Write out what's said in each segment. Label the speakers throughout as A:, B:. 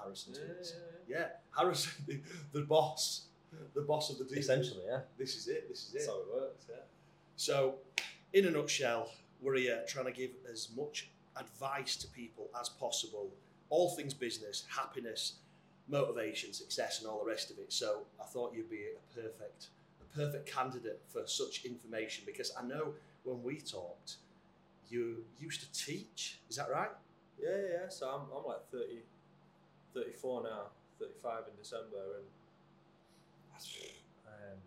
A: Harrison's
B: Yeah,
A: hits.
B: yeah,
A: Yeah, Harrison, the, the boss, the boss of the defense.
C: Essentially, yeah.
A: This is it. This is it.
B: That's how it works, yeah.
A: So, in a nutshell, we're here trying to give as much advice to people as possible. All things business, happiness, motivation, success, and all the rest of it. So, I thought you'd be a perfect, a perfect candidate for such information because I know when we talked, you used to teach. Is that right?
B: Yeah, yeah, yeah. So I'm, I'm like 30, 34 now, 35 in December, and um,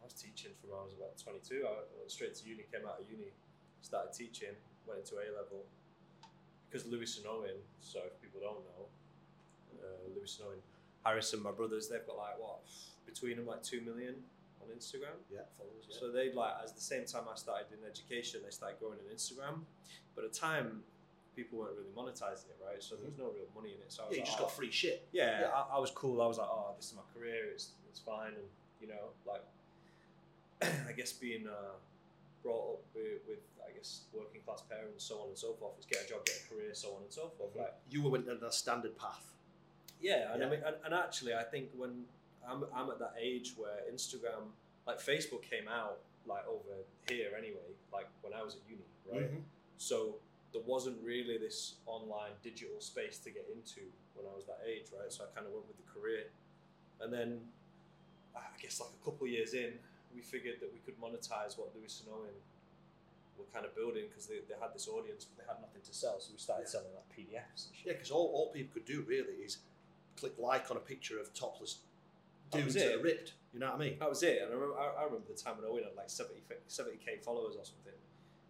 B: I was teaching from when I was about 22. I went straight to uni, came out of uni, started teaching, went into A level. Because Lewis and Owen, so if people don't know, uh, Lewis and Owen, Harrison, my brothers, they've got like what, between them, like 2 million on Instagram.
A: Yeah, followers.
B: So they like as the same time I started in education, they started growing on Instagram. But at the time, people weren't really monetizing it, right? So there was no real money in it. So I was
A: Yeah, you
B: like,
A: just
B: "Oh,
A: got free shit.
B: yeah,
A: Yeah.
B: I, I was cool. I was like, oh, this is my career. It's it's fine, and you know, like, I guess being uh, brought up with, with, I guess, working class parents, so on and so forth. It's get a job, get a career, so on and so forth. Like,
A: You were went on a standard path.
B: yeah, and
A: Yeah.
B: I mean, and, and actually, I think when I'm I'm at that age where Instagram, like Facebook, came out like over here anyway. Like when I was at uni, right?
A: Mm-hmm.
B: So there wasn't really this online digital space to get into when I was that age, right? So I kind of went with the career. And then I guess like a couple years in, we figured that we could monetize what Lewis and Owen were kind of building because they, they had this audience, but they had nothing to sell. So we started
A: Yeah.
B: selling like PDFs and shit.
A: Yeah, because all, all people could do really is click like on a picture of topless
B: That was
A: dudes that
B: it.
A: are ripped. You know what I mean?
B: That was it. And I remember, I, I remember the time when Owen had like 70, 70k followers or something.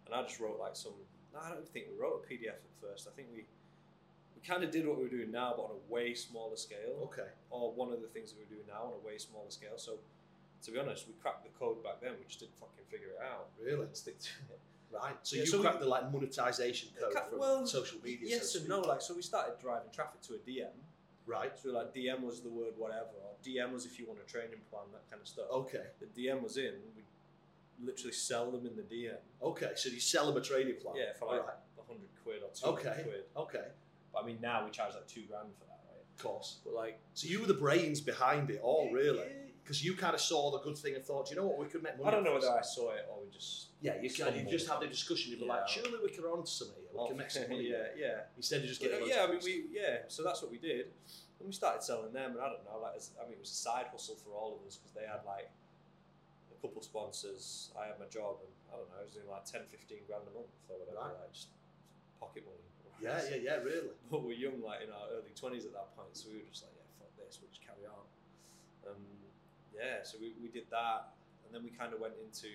B: And I just wrote like some, no, I don't even think we wrote a PDF at first. I think we, we kind of did what we're doing now, but on a way smaller scale.
A: Okay.
B: or one of the things that we're doing now on a way smaller scale. So, to be honest, we cracked the code back then. We just didn't fucking figure it out.
A: Really?
B: And stick to it.
A: Right. So
B: Yeah,
A: you
B: so we-
A: cracked the like monetization code
B: Ca-
A: from
B: well,
A: social media.
B: yes
A: so to
B: and no.
A: speak.
B: Like, so we started driving traffic to a DM.
A: Right.
B: So like DM was the word whatever, or DM was if you want a training plan, that kind of stuff.
A: Okay.
B: The DM was in. We literally sell them in the DM.
A: Okay. So you sell them a trading plan.
B: Yeah, for
A: All
B: like
A: right.
B: a hundred quid or two hundred
A: Okay.
B: quid.
A: Okay.
B: But I mean, now we charge like two grand for that, right?
A: Of course.
B: But like,
A: So you were the brains behind it all, oh, really,
B: yeah,
A: because you kind of saw the good thing and thought, "Do you know what, we could make money.
B: I don't know
A: off this."
B: whether I saw it or we just
A: Yeah, you, kind of- you just
B: stumbled.
A: had the discussion. You'd be
B: Yeah.
A: like, surely we can earn some here. We can make some money.
B: yeah, yeah.
A: Instead of just
B: Yeah,
A: getting. loads
B: yeah,
A: of
B: I mean,
A: posts.
B: we yeah. So that's what we did, and we started selling them. And I don't know, like, as- I mean, it was a side hustle for all of us because they had like a couple sponsors. I had my job, and I don't know, I was doing like 10, 15 grand a month or whatever,
A: Right.
B: like just pocket money.
A: Yeah, yeah, yeah. Really.
B: But we're young, like in our early twenties at that point, so we were just like, yeah, fuck this, we'll just carry on. Um, yeah, so we, we did that, and then we kind of went into.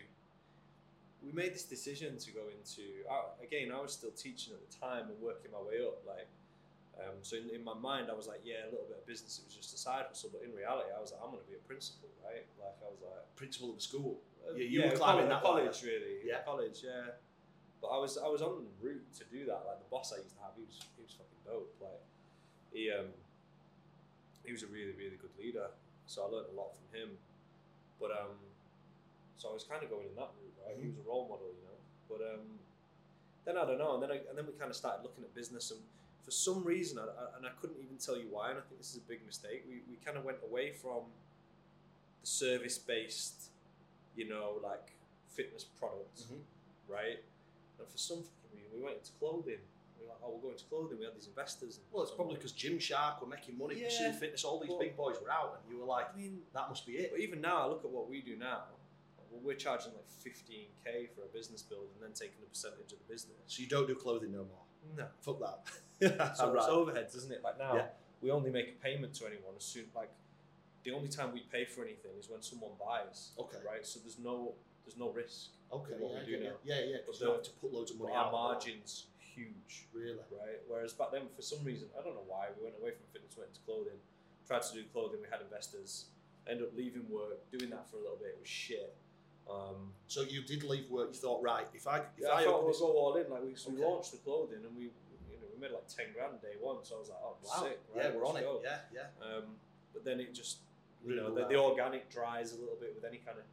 B: We made this decision to go into. I, again, I was still teaching at the time and working my way up. Like, um, so in, in my mind, I was like, yeah, a little bit of business. It was just a side hustle, but in reality, I was like, I'm going to be a principal, right? Like, I was like,
A: Principal of the school.
B: uh,
A: Yeah, you were climbing that ladder.
B: college, really.
A: Yeah.
B: college. Yeah, but I was I was on route to do that. Like the boss I used to have, he was he was fucking dope. Like he um he was a really really good leader. So I learned a lot from him. But um, so I was kind of going in that route, right?
A: Mm.
B: He was a role model, you know. But um, then I don't know, and then I, and then we kind of started looking at business, and for some reason, I, I, and I couldn't even tell you why, and I think this is a big mistake. We we kind of went away from the service based, you know, like fitness products,
A: Mhm.
B: right? And for some fucking reason, we went into clothing. We were like, oh, we'll go into clothing. We had these investors. And
A: Well, it's probably because Gymshark were making money,
B: Yeah.
A: Pursuit Fitness, all these
B: Well-
A: big boys were out, and you were like,
B: I mean,
A: that must be it.
B: But even now, I look at what we do now. Well, we're charging like 15k for a business build and then taking a percentage of the business.
A: So you don't do clothing no more.
B: No.
A: Fuck that.
B: So
A: Right.
B: it's overheads, isn't it? Like now,
A: Yeah.
B: we only make a payment to anyone as soon like the only time we pay for anything is when someone buys.
A: Okay.
B: Right. So there's no there's no risk.
A: Okay.
B: what
A: yeah,
B: we
A: I
B: do
A: get you.
B: now.
A: Yeah, yeah. Because you
B: But
A: don't have to put loads of
B: But
A: money
B: our
A: out.
B: margins huge.
A: Really.
B: Right. Whereas back then, for some reason, I don't know why, we went away from fitness, went into clothing, tried to do clothing. We had investors. Ended up leaving work, doing that for a little bit. It was shit. Um,
A: So you did leave work. You thought, right, if I, if
B: Yeah,
A: I,
B: I thought
A: open
B: we'll
A: this,
B: go all in. Like we, so
A: Okay.
B: we launched the clothing and we, you know, we made like ten grand day one. So I was like, oh,
A: wow,
B: sick. Right?
A: yeah, we're on
B: let's
A: it.
B: go.
A: Yeah, yeah.
B: Um, but then it just, you
A: Really
B: know, the,
A: well
B: the
A: out.
B: organic dries a little bit with any kind of,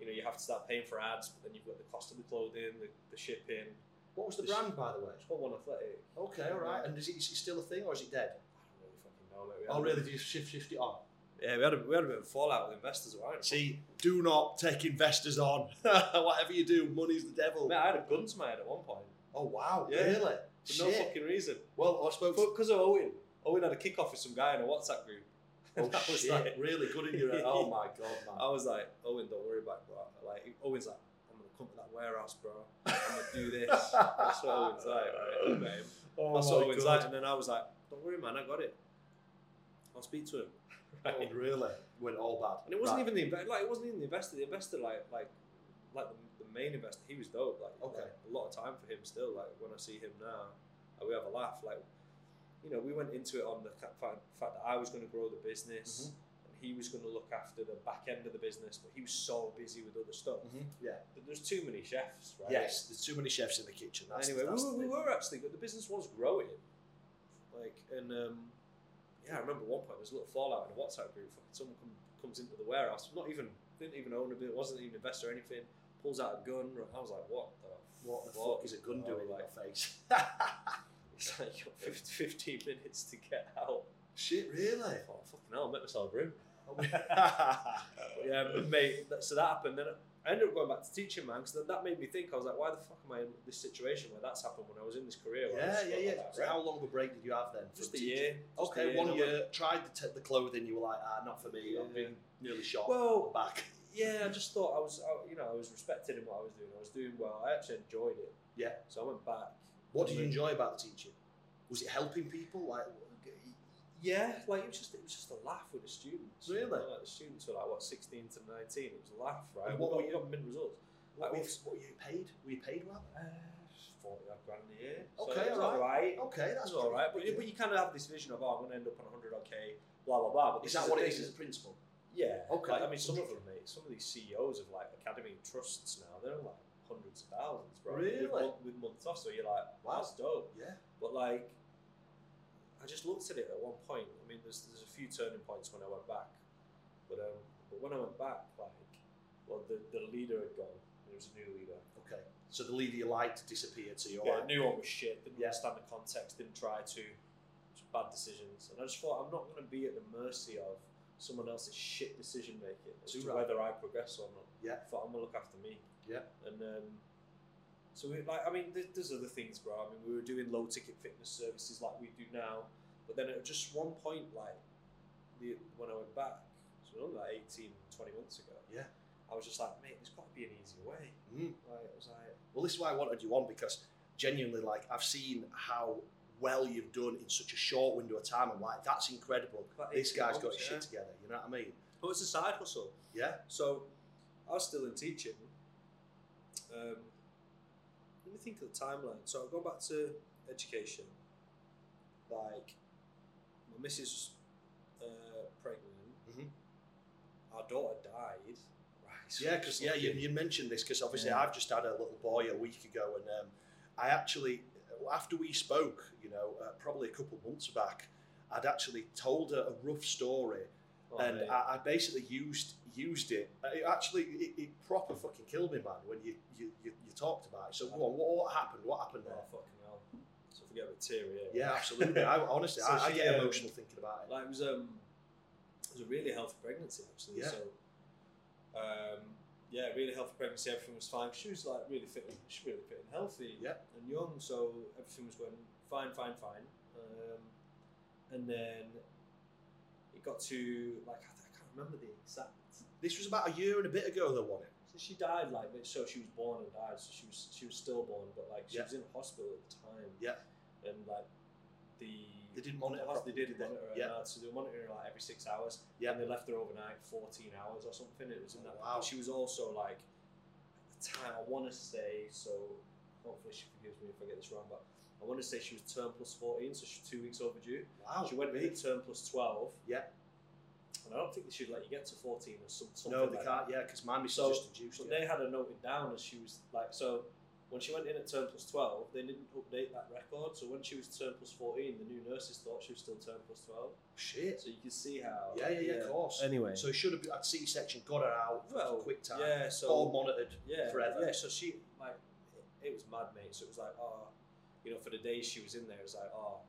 B: you know, you have to start paying for ads, but then you've got the cost of the clothing, the, the shipping.
A: What was the
B: This-
A: brand, by the way?
B: It's called One Athletic.
A: Okay, all right. And is it, is it still a thing or is it dead?
B: I don't really fucking know. moment. We
A: Oh,
B: had a-
A: really? Do you shift shift it on?
B: Yeah, we had a we had a bit of fallout with investors at Wine.
A: See, do not take investors on. Whatever you do, money's the devil.
B: Mate, I had a gun to my head at one point
A: Oh wow!
B: Yeah.
A: Really?
B: for no fucking reason.
A: Well, I spoke. to
B: Because of Owen. Owen had a kick off with some guy in a WhatsApp group.
A: oh
B: That was
A: shit!
B: like-
A: really good in your. Oh my god, man!
B: I was like, Owen, don't worry about it, bro. Like Owen's like, I'm gonna come to that warehouse, bro. I'm gonna do this. That's what Owen's like, right? Mate.
A: Oh
B: That's what Owen's like.
A: God.
B: And then I was like, don't worry, man, I got it. I'll speak to him. Right.
A: Oh, really? Went all bad.
B: And it wasn't
A: Right.
B: even the inve- like it wasn't even the investor. The investor like like like the, the main investor. He was dope. Like
A: Okay.
B: like, a lot of time for him still. Like when I see him now, like, we have a laugh. Like you know, we went into it on the ca- fact, fact that I was going to grow the
A: Mm-hmm.
B: business. And he was going to look after the back end of the business, but he was so busy with other stuff.
A: Yeah.
B: But There's too many chefs, right?
A: Mm-hmm. Yes. There's too many chefs in the kitchen. That's,
B: anyway,
A: that's
B: we,
A: the
B: were, we
A: thing.
B: were actually good. The business was growing. Like, and um, yeah, I remember one point there was a little fallout in a WhatsApp group. Fucking someone come, comes into the warehouse, not even, didn't even own a bit, wasn't even an investor or anything, pulls out a gun. I was like, what the
A: What the fuck is a gun
B: Oh,
A: doing in
B: Like,
A: your face?
B: it's like you've got 15 minutes to get out.
A: Shit, really?
B: I thought, fucking hell, I met myself a room. But
A: yeah.
B: yeah, but mate, that, so that happened. Then I ended up going back to teaching, man, because that, that made me think. I was like, why the fuck am I in this situation where that's happened when I was in this career? where I
A: Yeah,
B: just
A: yeah,
B: got
A: yeah.
B: like
A: So
B: that,
A: how long of a break did you have then?
B: Just
A: from
B: a
A: teaching?
B: year. Just a
A: Okay, one
B: and I went-
A: year. Tried to take the clothing. You were like, ah, not for me. I've been nearly shot.
B: Well,
A: back.
B: yeah, I just thought I was, I, you know, I was respected in what I was doing. I was doing well. I actually enjoyed it.
A: Yeah.
B: So I went back.
A: What did you enjoy about the teaching? Was it helping people? Like,
B: Yeah, like it was just, it was just a laugh with the students. you
A: Really?
B: know, like the students were like what, sixteen to nineteen. It was a laugh, right?
A: And
B: we
A: what
B: got,
A: were
B: we got mid results.
A: what,
B: Like,
A: were you- what were you paid? Were you paid well?
B: Uh, Forty odd grand a year.
A: Okay,
B: so it
A: alright.
B: was all right.
A: Okay, that's
B: That's all right, but
A: pretty
B: you, but you kind of have this vision of oh, I'm going to end up on 100 odd k, blah blah blah. But
A: good. is
B: this
A: that what
B: the
A: it
B: thing
A: is as a principal?
B: Yeah.
A: Okay.
B: Like, I mean, some of them, mate, some of these CEOs of like academy trusts now, they're like hundreds of thousands, bro.
A: Really?
B: With, mon- with months off, so you're like,
A: Wow.
B: wow, that's dope.
A: Yeah.
B: But like, I just looked at it at one point. I mean, there's there's a few turning points when I went back, but um, but when I went back, like, well, the, the leader had gone. There was a new leader.
A: Okay. So the leader you liked disappeared. So you're
B: Yeah,
A: like,
B: new one was shit. Didn't
A: Yeah.
B: understand the context. Didn't try to. Just bad decisions. And I just thought I'm not going to be at the mercy of someone else's shit decision making as
A: Too
B: to
A: right.
B: whether I progress or not.
A: Yeah.
B: I thought I'm going to look after me.
A: Yeah.
B: And um, so we, like I mean, there, there's other things, bro. I mean, we were doing low ticket fitness services like we do now, but then at just one point, like the, when I went back, so only like 18, 20 months ago.
A: Yeah.
B: I was just like, mate, there's got to be an easier way.
A: mm.
B: Like, I was like,
A: well, this is why I wanted you on because genuinely, like, I've seen how well you've done in such a short window of time. I'm like, that's incredible.
B: About
A: This
B: 18
A: guy's got his
B: months, yeah.
A: shit together. You know what I mean?
B: But it's a side hustle.
A: Yeah.
B: So I was still in teaching. Um, let me think of the timeline. So I go back to education. Like, my missus uh, pregnant.
A: Mhm.
B: Our daughter died. Right. so
A: Yeah, because yeah, you,
B: fucking-
A: you mentioned this because obviously
B: Yeah.
A: I've just had a little boy a week ago, and um, I actually after we spoke, you know, uh, probably a couple months back, I'd actually told her a rough story,
B: Oh,
A: and
B: mate.
A: I, I basically used used it. Uh, It actually it, it proper fucking killed me, man, when you you, you, you talked about it. So go on, what, what happened? What happened
B: Oh,
A: there?
B: fucking hell. So forget about teary. eh?
A: Yeah, absolutely. I, honestly,
B: So
A: I, I
B: she,
A: get
B: um,
A: emotional thinking about it.
B: Like it was um, it was a really healthy pregnancy actually.
A: Yeah.
B: So, um, yeah, really healthy pregnancy. Everything was fine. She was like really fit. and- She was really fit and healthy.
A: Yeah.
B: And young, so everything was going fine, fine, fine. Um, and then it got to like I, I can't remember the exact.
A: This was about a year and a bit ago, though, wasn't it?
B: So she died like but- so she was born and died. So she was she was stillborn, but like she
A: Yeah.
B: was in hospital at the time.
A: Yeah.
B: And like the
A: They didn't monitor
B: the hos-
A: properly,
B: they did
A: did they?
B: monitor her.
A: Yeah.
B: Yeah. So they were monitoring her like every six hours
A: Yeah.
B: and they left her overnight 14 hours or something. It was in
A: Oh,
B: that.
A: wow.
B: and She was also like, at the time, I want to say, so hopefully she forgives me if I get this wrong, but I want to say she was term plus 14, so she's two weeks overdue.
A: Wow.
B: she went
A: big.
B: in term plus 12.
A: Yeah.
B: And I don't think they should let you get to 14 or some, something.
A: No, they
B: like
A: can't. Yeah, because my missus
B: So-
A: just
B: that.
A: induced
B: So
A: it.
B: they had her noted down as she was like, so when she went in at term plus 12, they didn't update that record. So when she was term plus 14, the new nurses thought she was still term plus 12.
A: Shit.
B: So you can see how.
A: Yeah, yeah, yeah, of course.
B: Anyway.
A: So it should have been that C section got her out
B: Well,
A: for quick time.
B: Yeah, so
A: all monitored.
B: yeah,
A: forever.
B: Yeah, so she like it- it was mad, mate. So it was like, "Ah," oh, you know, for the days she was in there, it was like, oh,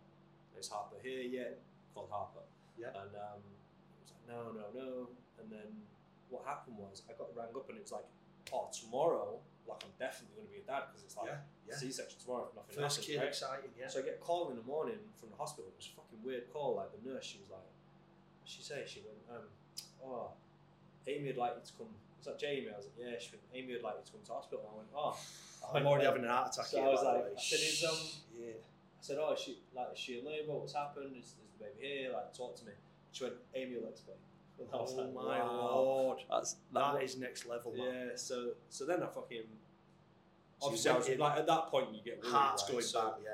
B: there's Harper here, yeah, called Harper.
A: Yeah.
B: And um, he was like, no, no, no. And then what happened was I got rang up and it was like, oh, tomorrow, like I'm definitely going to be a dad because it's like
A: Oh, yeah, yeah.
B: C-section tomorrow if nothing
A: First
B: happens,
A: kid,
B: right?
A: exciting, yeah.
B: So I get a call in the morning from the hospital. It was a fucking weird call. Like the nurse, she was like, "What'd she say she went, um, oh, Amy would like you to come. Was that Jamie? I was like, yeah. She went, Amy would like you to come to hospital. And I went, oh.
A: I'm already having an heart attack
B: So
A: here,
B: I
A: by
B: was
A: the
B: like-
A: way.
B: I said, "Is, um,
A: yeah.
B: I said, oh, is she like is she in labour? What's happened? Is, is the baby here? Like, talk to me. She went, Amy will explain. And I was
A: Oh
B: like,
A: my
B: wow.
A: lord.
B: That's
A: That is next level, man.
B: yeah. So so then I fucking.
A: Oh So you
B: Obviously, I
A: went
B: was,
A: in-
B: like at that point you get worried,
A: Heart's
B: right?
A: going
B: So-
A: bad, yeah.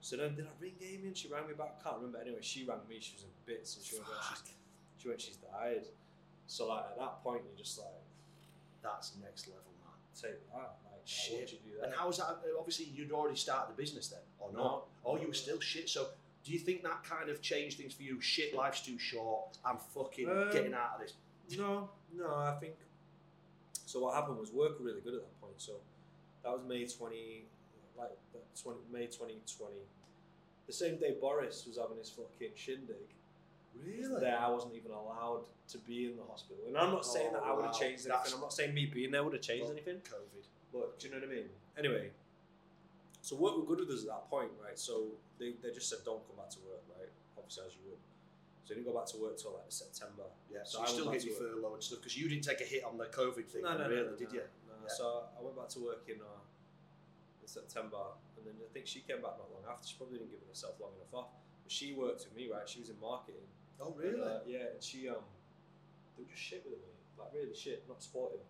B: So then did I ring Amy and she rang me back? I can't remember. Anyway, she rang me. She was in bits and she went, "Oh, she's,
A: Fuck,
B: she went, she's died. So like at that point, you're just like,
A: that's next level, man.
B: take that. Like, why would
A: Shit.
B: you do that?
A: And how was that? Obviously, you'd already started the business then, or not?
B: No.
A: Oh, you were still shit. So, do you think that kind of changed things for you? Shit, life's too short. I'm fucking
B: Um,
A: getting out of this.
B: No, no. I think. So what happened was work were really good at that point. So that was May twenty, like that twenty May twenty twenty. The same day Boris was having his fucking shindig. There, I wasn't even allowed to be in the hospital, and I'm not saying that I
A: Oh,
B: would have
A: wow.
B: changed anything.
A: That's-
B: I'm not saying me being there would have changed
A: Well,
B: anything.
A: COVID.
B: But do you know what I mean? Anyway, so what were good with us at that point, right? So they, they just said don't come back to work, right? Obviously as you would. So you didn't go back to work till like September.
A: Yeah,
B: So
A: so,
B: I
A: you still
B: went
A: get
B: back
A: your
B: to work.
A: furlough and stuff because you didn't take a hit on the COVID thing, really, did you?
B: No.
A: Yeah.
B: So I went back to work in uh, in September, and then I think she came back not long after. She probably didn't give herself long enough off. But she worked with me, right? She was in marketing.
A: Oh,
B: And, uh, yeah, and she um, they were just shit with me, like really shit, not supportive.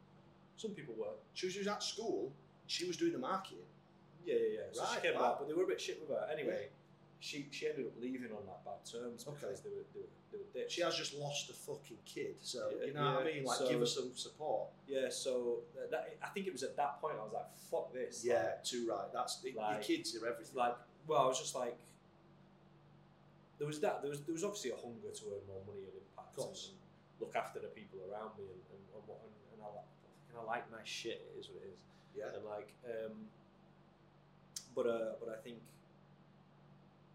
B: Some people were.
A: She was, she was at school. She was doing the marketing.
B: Yeah, yeah, yeah. So
A: Right,
B: she came
A: wow.
B: back, but they were a bit shit with her. Anyway, she she ended up leaving on like bad terms
A: Okay.
B: because they were they were, they were dicks.
A: She has just lost a fucking kid, so
B: Yeah,
A: you know what I
B: yeah,
A: mean. Like,
B: so-
A: give her some support.
B: Yeah, so that, that, I think it was at that point I was like, fuck this.
A: Yeah,
B: Like,
A: too right. That's it, your
B: like-
A: kids are
B: it's
A: everything.
B: like, well, I was just like, there was that. There was there was obviously a hunger to earn more money and impact, and,
A: Course.
B: and look after the people around me, and and, and, what, and, and I like, and I like nice shit. It is what it is.
A: yeah,
B: And like, um, but uh, but I think,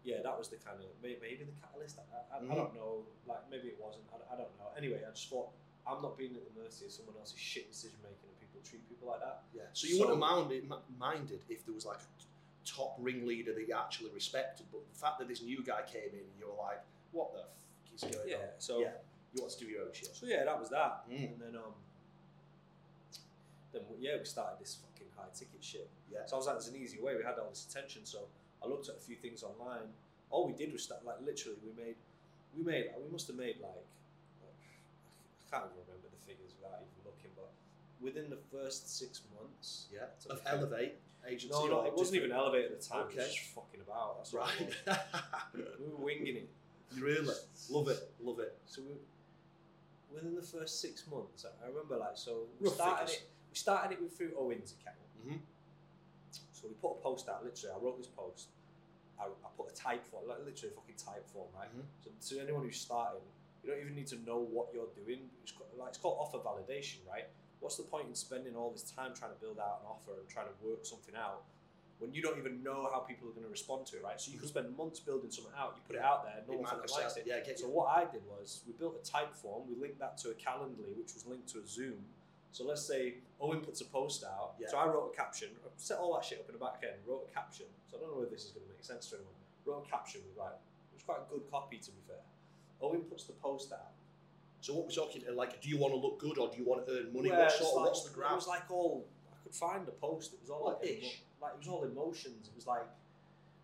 B: yeah, that was the kind of maybe, maybe the catalyst. I, I, I
A: Mm.
B: don't know. Like maybe it wasn't. I, I don't know. Anyway, I just thought I'm not being at the mercy of someone else's shit decision making, and people treat people like that.
A: yeah. So you
B: so-
A: wouldn't have minded, m- minded if there was like a t- top ringleader that you actually respected, but the fact that this new guy came in, you were like, what the fuck is going on?
B: Yeah. um, So.
A: yeah. You want to do your own shit.
B: So yeah, that was that.
A: Mm.
B: And then um, then we- yeah, we started this fucking high ticket shit.
A: Yeah.
B: So I was like, there's an easy way. We had all this attention, so I looked at a few things online. All we did was start like literally we made, we made we must have made like, I can't even remember the figures without even looking, but within the first six months.
A: Yeah.
B: to
A: Of
B: become-
A: elevate agency.
B: No, no,
A: or
B: it wasn't even
A: different-
B: elevated at the time. It
A: Okay.
B: was just fucking about. That's all it
A: right.
B: was. we were winging it.
A: really love it. Love it.
B: So we, within the first six months, I- I remember like so we
A: Rough
B: started
A: figures.
B: it. We started it with through Owen's account.
A: Mhm.
B: So we put a post out. Literally, I wrote this post. I, I put a type form, like literally a fucking type form, right?
A: Mhm.
B: So to anyone who's starting, you don't even need to know what you're doing. It's called, like it's called offer validation, right? What's the point in spending all this time trying to build out an offer and trying to work something out when you don't even know how people are going to respond to it, right? So you can spend months building something out. You put it out there, no
A: It
B: one
A: might not
B: fucking likes
A: sell.
B: it.
A: Yeah, get
B: So
A: you.
B: what I did was we built a type form. We linked that to a Calendly, which was linked to a Zoom. So let's say Owen puts a post out.
A: Yeah.
B: So I wrote a caption, I set all that shit up in the back end, wrote a caption. So I don't know whether this is going to make sense to anyone. Wrote a caption with like, it was quite a good copy to be fair. Owen puts the post out.
A: So what we're talking uh, like, do you want to look good or do you want to earn money?
B: Where
A: What
B: it's
A: sort of
B: like-
A: what's the
B: It
A: ground?
B: was like all I could find the post. It was all
A: What
B: like, emo-
A: ish?
B: like it was all emotions. It was like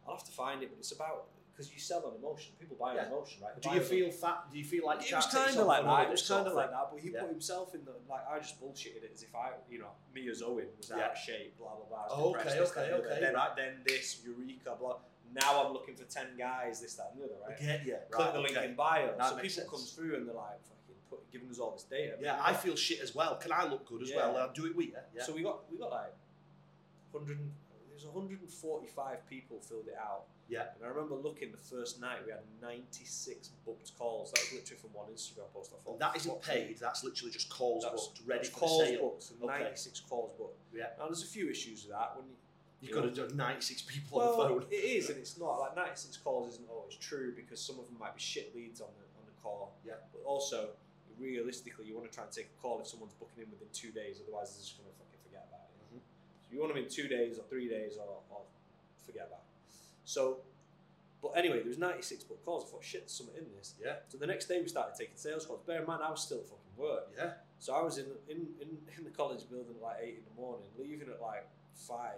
B: I'll have to find it, but it's about because you sell on emotion. People buy on
A: Yeah.
B: emotion, right? They
A: do
B: buy
A: you
B: on-
A: feel fat? Do you feel like
B: it
A: you
B: was
A: can't take
B: kind of like
A: something on
B: that. It was
A: this sort
B: kind of
A: of
B: like
A: thing?
B: that, but he
A: Yeah.
B: put himself in the like. I just bullshitted it as if I, you know, me as Owen was out
A: Yeah.
B: of shape, blah blah blah. I was
A: Oh,
B: depressed,
A: okay,
B: this, that,
A: okay,
B: and the other.
A: okay.
B: Then I, then this eureka, blah. Now I'm looking for ten guys, this, that, and the other. Right?
A: Get you.
B: Click the
A: okay.
B: link in bio,
A: That
B: so people
A: makes sense.
B: come through and they're like, fucking, put, giving us all this data.
A: Yeah, I feel shit as well. Can I look good as well?
B: Yeah.
A: I'll do it with you. Yeah.
B: So we got we got like hundred. There's 145 people filled it out.
A: Yeah.
B: And I remember looking the first night, we had 96 booked calls. That was literally from one Instagram post. I thought,
A: that isn't
B: "Fuck
A: paid. That's literally just calls
B: That's-
A: booked, ready
B: It's
A: for
B: calls
A: sale.
B: booked, so
A: Okay.
B: 96 calls booked.
A: Yeah.
B: Now there's a few issues with that. When you,
A: You've got to do 96 people
B: well,
A: on the phone.
B: it is and it's not. Like 96 calls isn't always true because some of them might be shit leads on the on the a call.
A: Yeah.
B: But also, realistically, you want to try and take a call if someone's booking in within two days. Otherwise, they're just going to fucking forget about it.
A: Mhm.
B: So you want them in two days or three days or, or forget about it. So, but anyway, there was 96 book calls. I thought, shit, there's something in this.
A: Yeah.
B: So the next day we started taking sales calls. Bear in mind, I was still at fucking work.
A: Yeah.
B: So I was in in, in, in the college building at like eight in the morning, leaving at like five.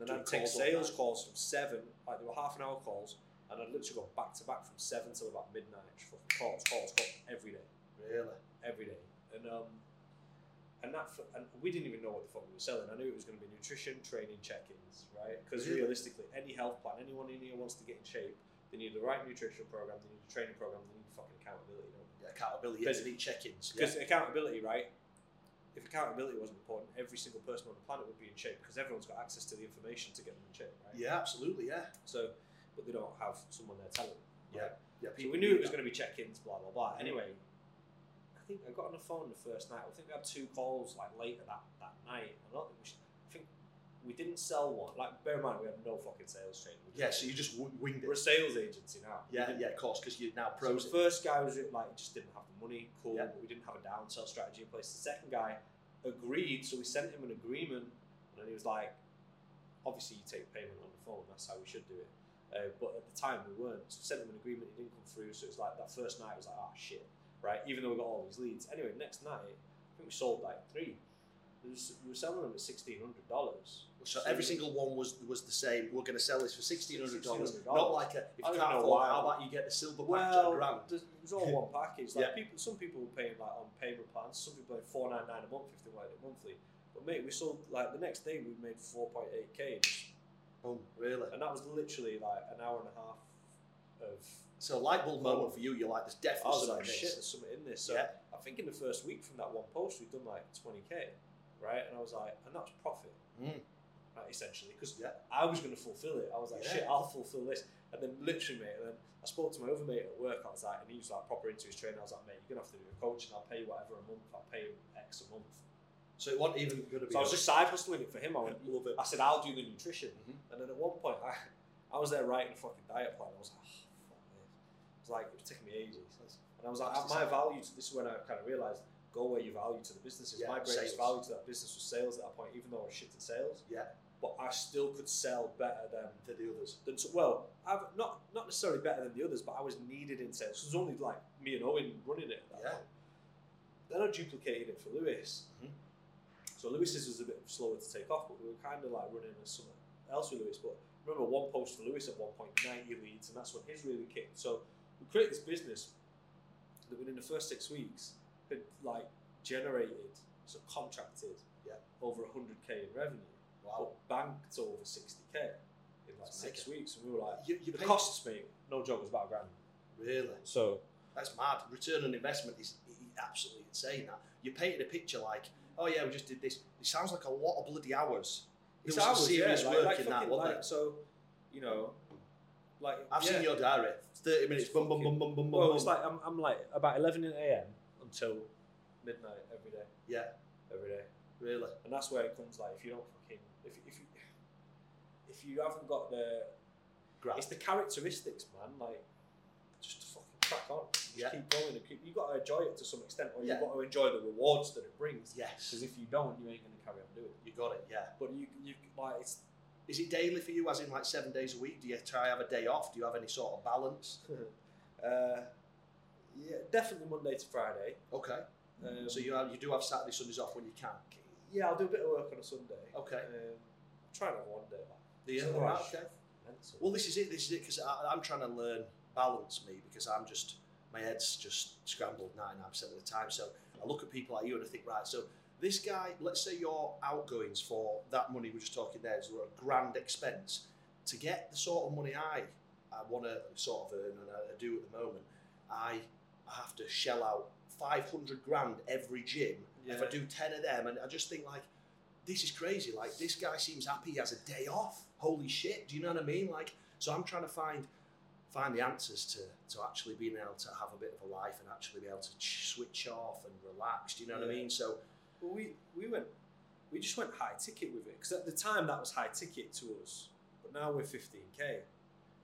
B: Then
A: Doing
B: I'd take
A: calls all
B: sales
A: night.
B: calls from seven, like they were half an hour calls, and I'd literally go back to back from seven till about midnight, just fucking calls, calls, calls every day,
A: Really.
B: every day, and um, and that f- and we didn't even know what the fuck we were selling. I knew it was going to be nutrition, training, check-ins, right? Because
A: Really?
B: realistically, any health plan, anyone in here wants to get in shape, they need the right nutrition program, they need a training program, they need fucking accountability. Don't they?
A: Yeah, accountability.
B: Because-
A: Because need check-ins. Yeah.
B: Because accountability, right? If accountability wasn't important, every single person on the planet would be in shape because everyone's got access to the information to get them in shape, right?
A: yeah, absolutely. Yeah.
B: So, but they don't have someone there telling them. right?
A: Yeah.
B: So we knew it was going to be check-ins, blah blah blah. Anyway, I think I got on the phone the first night. I think we had two calls like later that, that night. I don't think we should, I think we didn't sell one. Like bear in mind, we had no fucking sales training. We just-
A: Yeah. So you just w- winged
B: we're
A: it.
B: a sales agency now. We
A: Yeah.
B: didn't
A: Yeah. Of course, because you're now
B: so
A: pros.
B: the first guy was like he just didn't have the money, cool,
A: Yeah.
B: but we didn't have a downsell strategy in place. The second guy agreed, so we sent him an agreement, and then he was like, obviously you take payment on the phone, that's how we should do it. Uh, but at the time we weren't, so sent him an agreement, it didn't come through, so it was like that first night was like, ah shit, right? Even though we got all these leads. Anyway, next night I think we sold like three. We was- we were selling them at sixteen hundred dollars.
A: So every single one was was the same. We're going to sell this for sixteen hundred dollars.
B: $1,600.
A: Not like a if
B: I
A: you
B: don't
A: can't
B: know
A: afford,
B: why.
A: it, how about you get the silver package at a grand?
B: Well, there's- it was all one package. Like
A: Yeah.
B: people, some people were paying like on payment plans. Some people paying four nine nine a month if they wanted it monthly. But mate, we sold like the next day we made four point eight k,
A: Boom. Really.
B: and that was literally like an hour and a half of.
A: So light bulb moment for you. You're like, there's
B: I
A: definitely
B: was
A: something
B: like,
A: in
B: shit,
A: this.
B: there's something in this. So
A: Yeah.
B: I think in the first week from that one post we've done like twenty k, right? And I was like, and that's profit,
A: Mm.
B: right? Essentially, because
A: Yeah.
B: I was going to fulfill it. I was like,
A: Yeah.
B: shit, I'll fulfill this. And then literally, mate, and then I spoke to my other mate at work. I was like, and he was like proper into his training. I was like, mate, you're going to have to do a coaching. I'll pay you whatever a month. I'll pay you X a month.
A: So it wasn't even going to be.
B: So I was just side hustling it for him. I went,
A: love it.
B: I said, I'll do the nutrition.
A: Mhm.
B: And then at one point, I, I was there writing a fucking diet plan. I was like, oh, fuck this. It was like, it was taking me ages. And I was like, my value to this is when I kind of realized go where your value to the business is.
A: Yeah,
B: my
A: sales.
B: greatest value to that business was sales at that point, even though I was shit at sales.
A: Yeah.
B: But I still could sell better than
A: To the others.
B: than so, well, I've not not necessarily better than the others, but I was needed in sales. It was only like me and Owen running it. At that
A: Yeah.
B: point. Then I duplicated it for Lewis.
A: Mhm.
B: So Lewis's was a bit slower to take off, but we were kind of like running as something else with Lewis. But remember, one post for Lewis at one point, 90 leads, and that's when his really kicked. So we created this business that within the first six weeks had like generated, so contracted,
A: Yeah.
B: over 100k in revenue,
A: Wow.
B: but banked over 60k in like
A: That's
B: six weeks. And we were like,
A: You, you
B: the
A: pay-
B: costs, mate, no joke, was about a grand.
A: Really.
B: So
A: That's mad. Return on investment is i- i- absolutely insane. That you're painting a picture like, oh yeah, we just did this. It sounds like a lot of bloody hours. There was some serious work in that, wasn't there?
B: So, you know, like
A: I've seen
B: yeah.
A: your diary. Thirty minutes. Bum bum bum bum bum bum.
B: Well,
A: bum.
B: it's like I'm, I'm like about 11 a.m. until midnight every day,
A: yeah,
B: every day,
A: really.
B: and that's where it comes. Like if you don't fucking if if you if you haven't got the
A: Great.
B: it's the characteristics, man. Like just fucking crack on, just
A: Yeah.
B: keep going, and keep you got to enjoy it to some extent, or
A: Yeah.
B: you've got to enjoy the rewards that it brings.
A: yes,
B: Because if you don't, you ain't gonna carry on doing it.
A: you got it. Yeah.
B: But you, you like it's
A: Is it daily for you? As in like seven days a week? Do you try have a day off? Do you have any sort of balance?
B: uh, yeah, definitely Monday to Friday.
A: Okay.
B: Um,
A: So you have, you do have Saturday Sundays off when you can.
B: yeah, I'll do a bit of work on a Sunday.
A: Okay.
B: Um, try and have one day. off.
A: Do you?
B: So
A: Right,
B: much.
A: okay.
B: Mental.
A: Well, this is it. This is it because I'm trying to learn balance me because I'm just my head's just scrambled 99% of the time. So I look at people like you and I think, right, so this guy, let's say your outgoings for that money we are just talking there is a grand expense to get the sort of money I I want to sort of earn and I, I do at the moment. I I have to shell out 500 grand every gym
B: yeah.
A: if I do 10 of them. And I just think, like, this is crazy. Like, this guy seems happy. He has a day off. Holy shit. Do you know what I mean? Like, so I'm trying to find find the answers to, to actually being able to have a bit of a life and actually be able to ch- switch off and relax. Do you know what I
B: Yeah.
A: mean? So,
B: Well, we we went, we just went high ticket with it because at the time that was high ticket to us, but now we're 15k.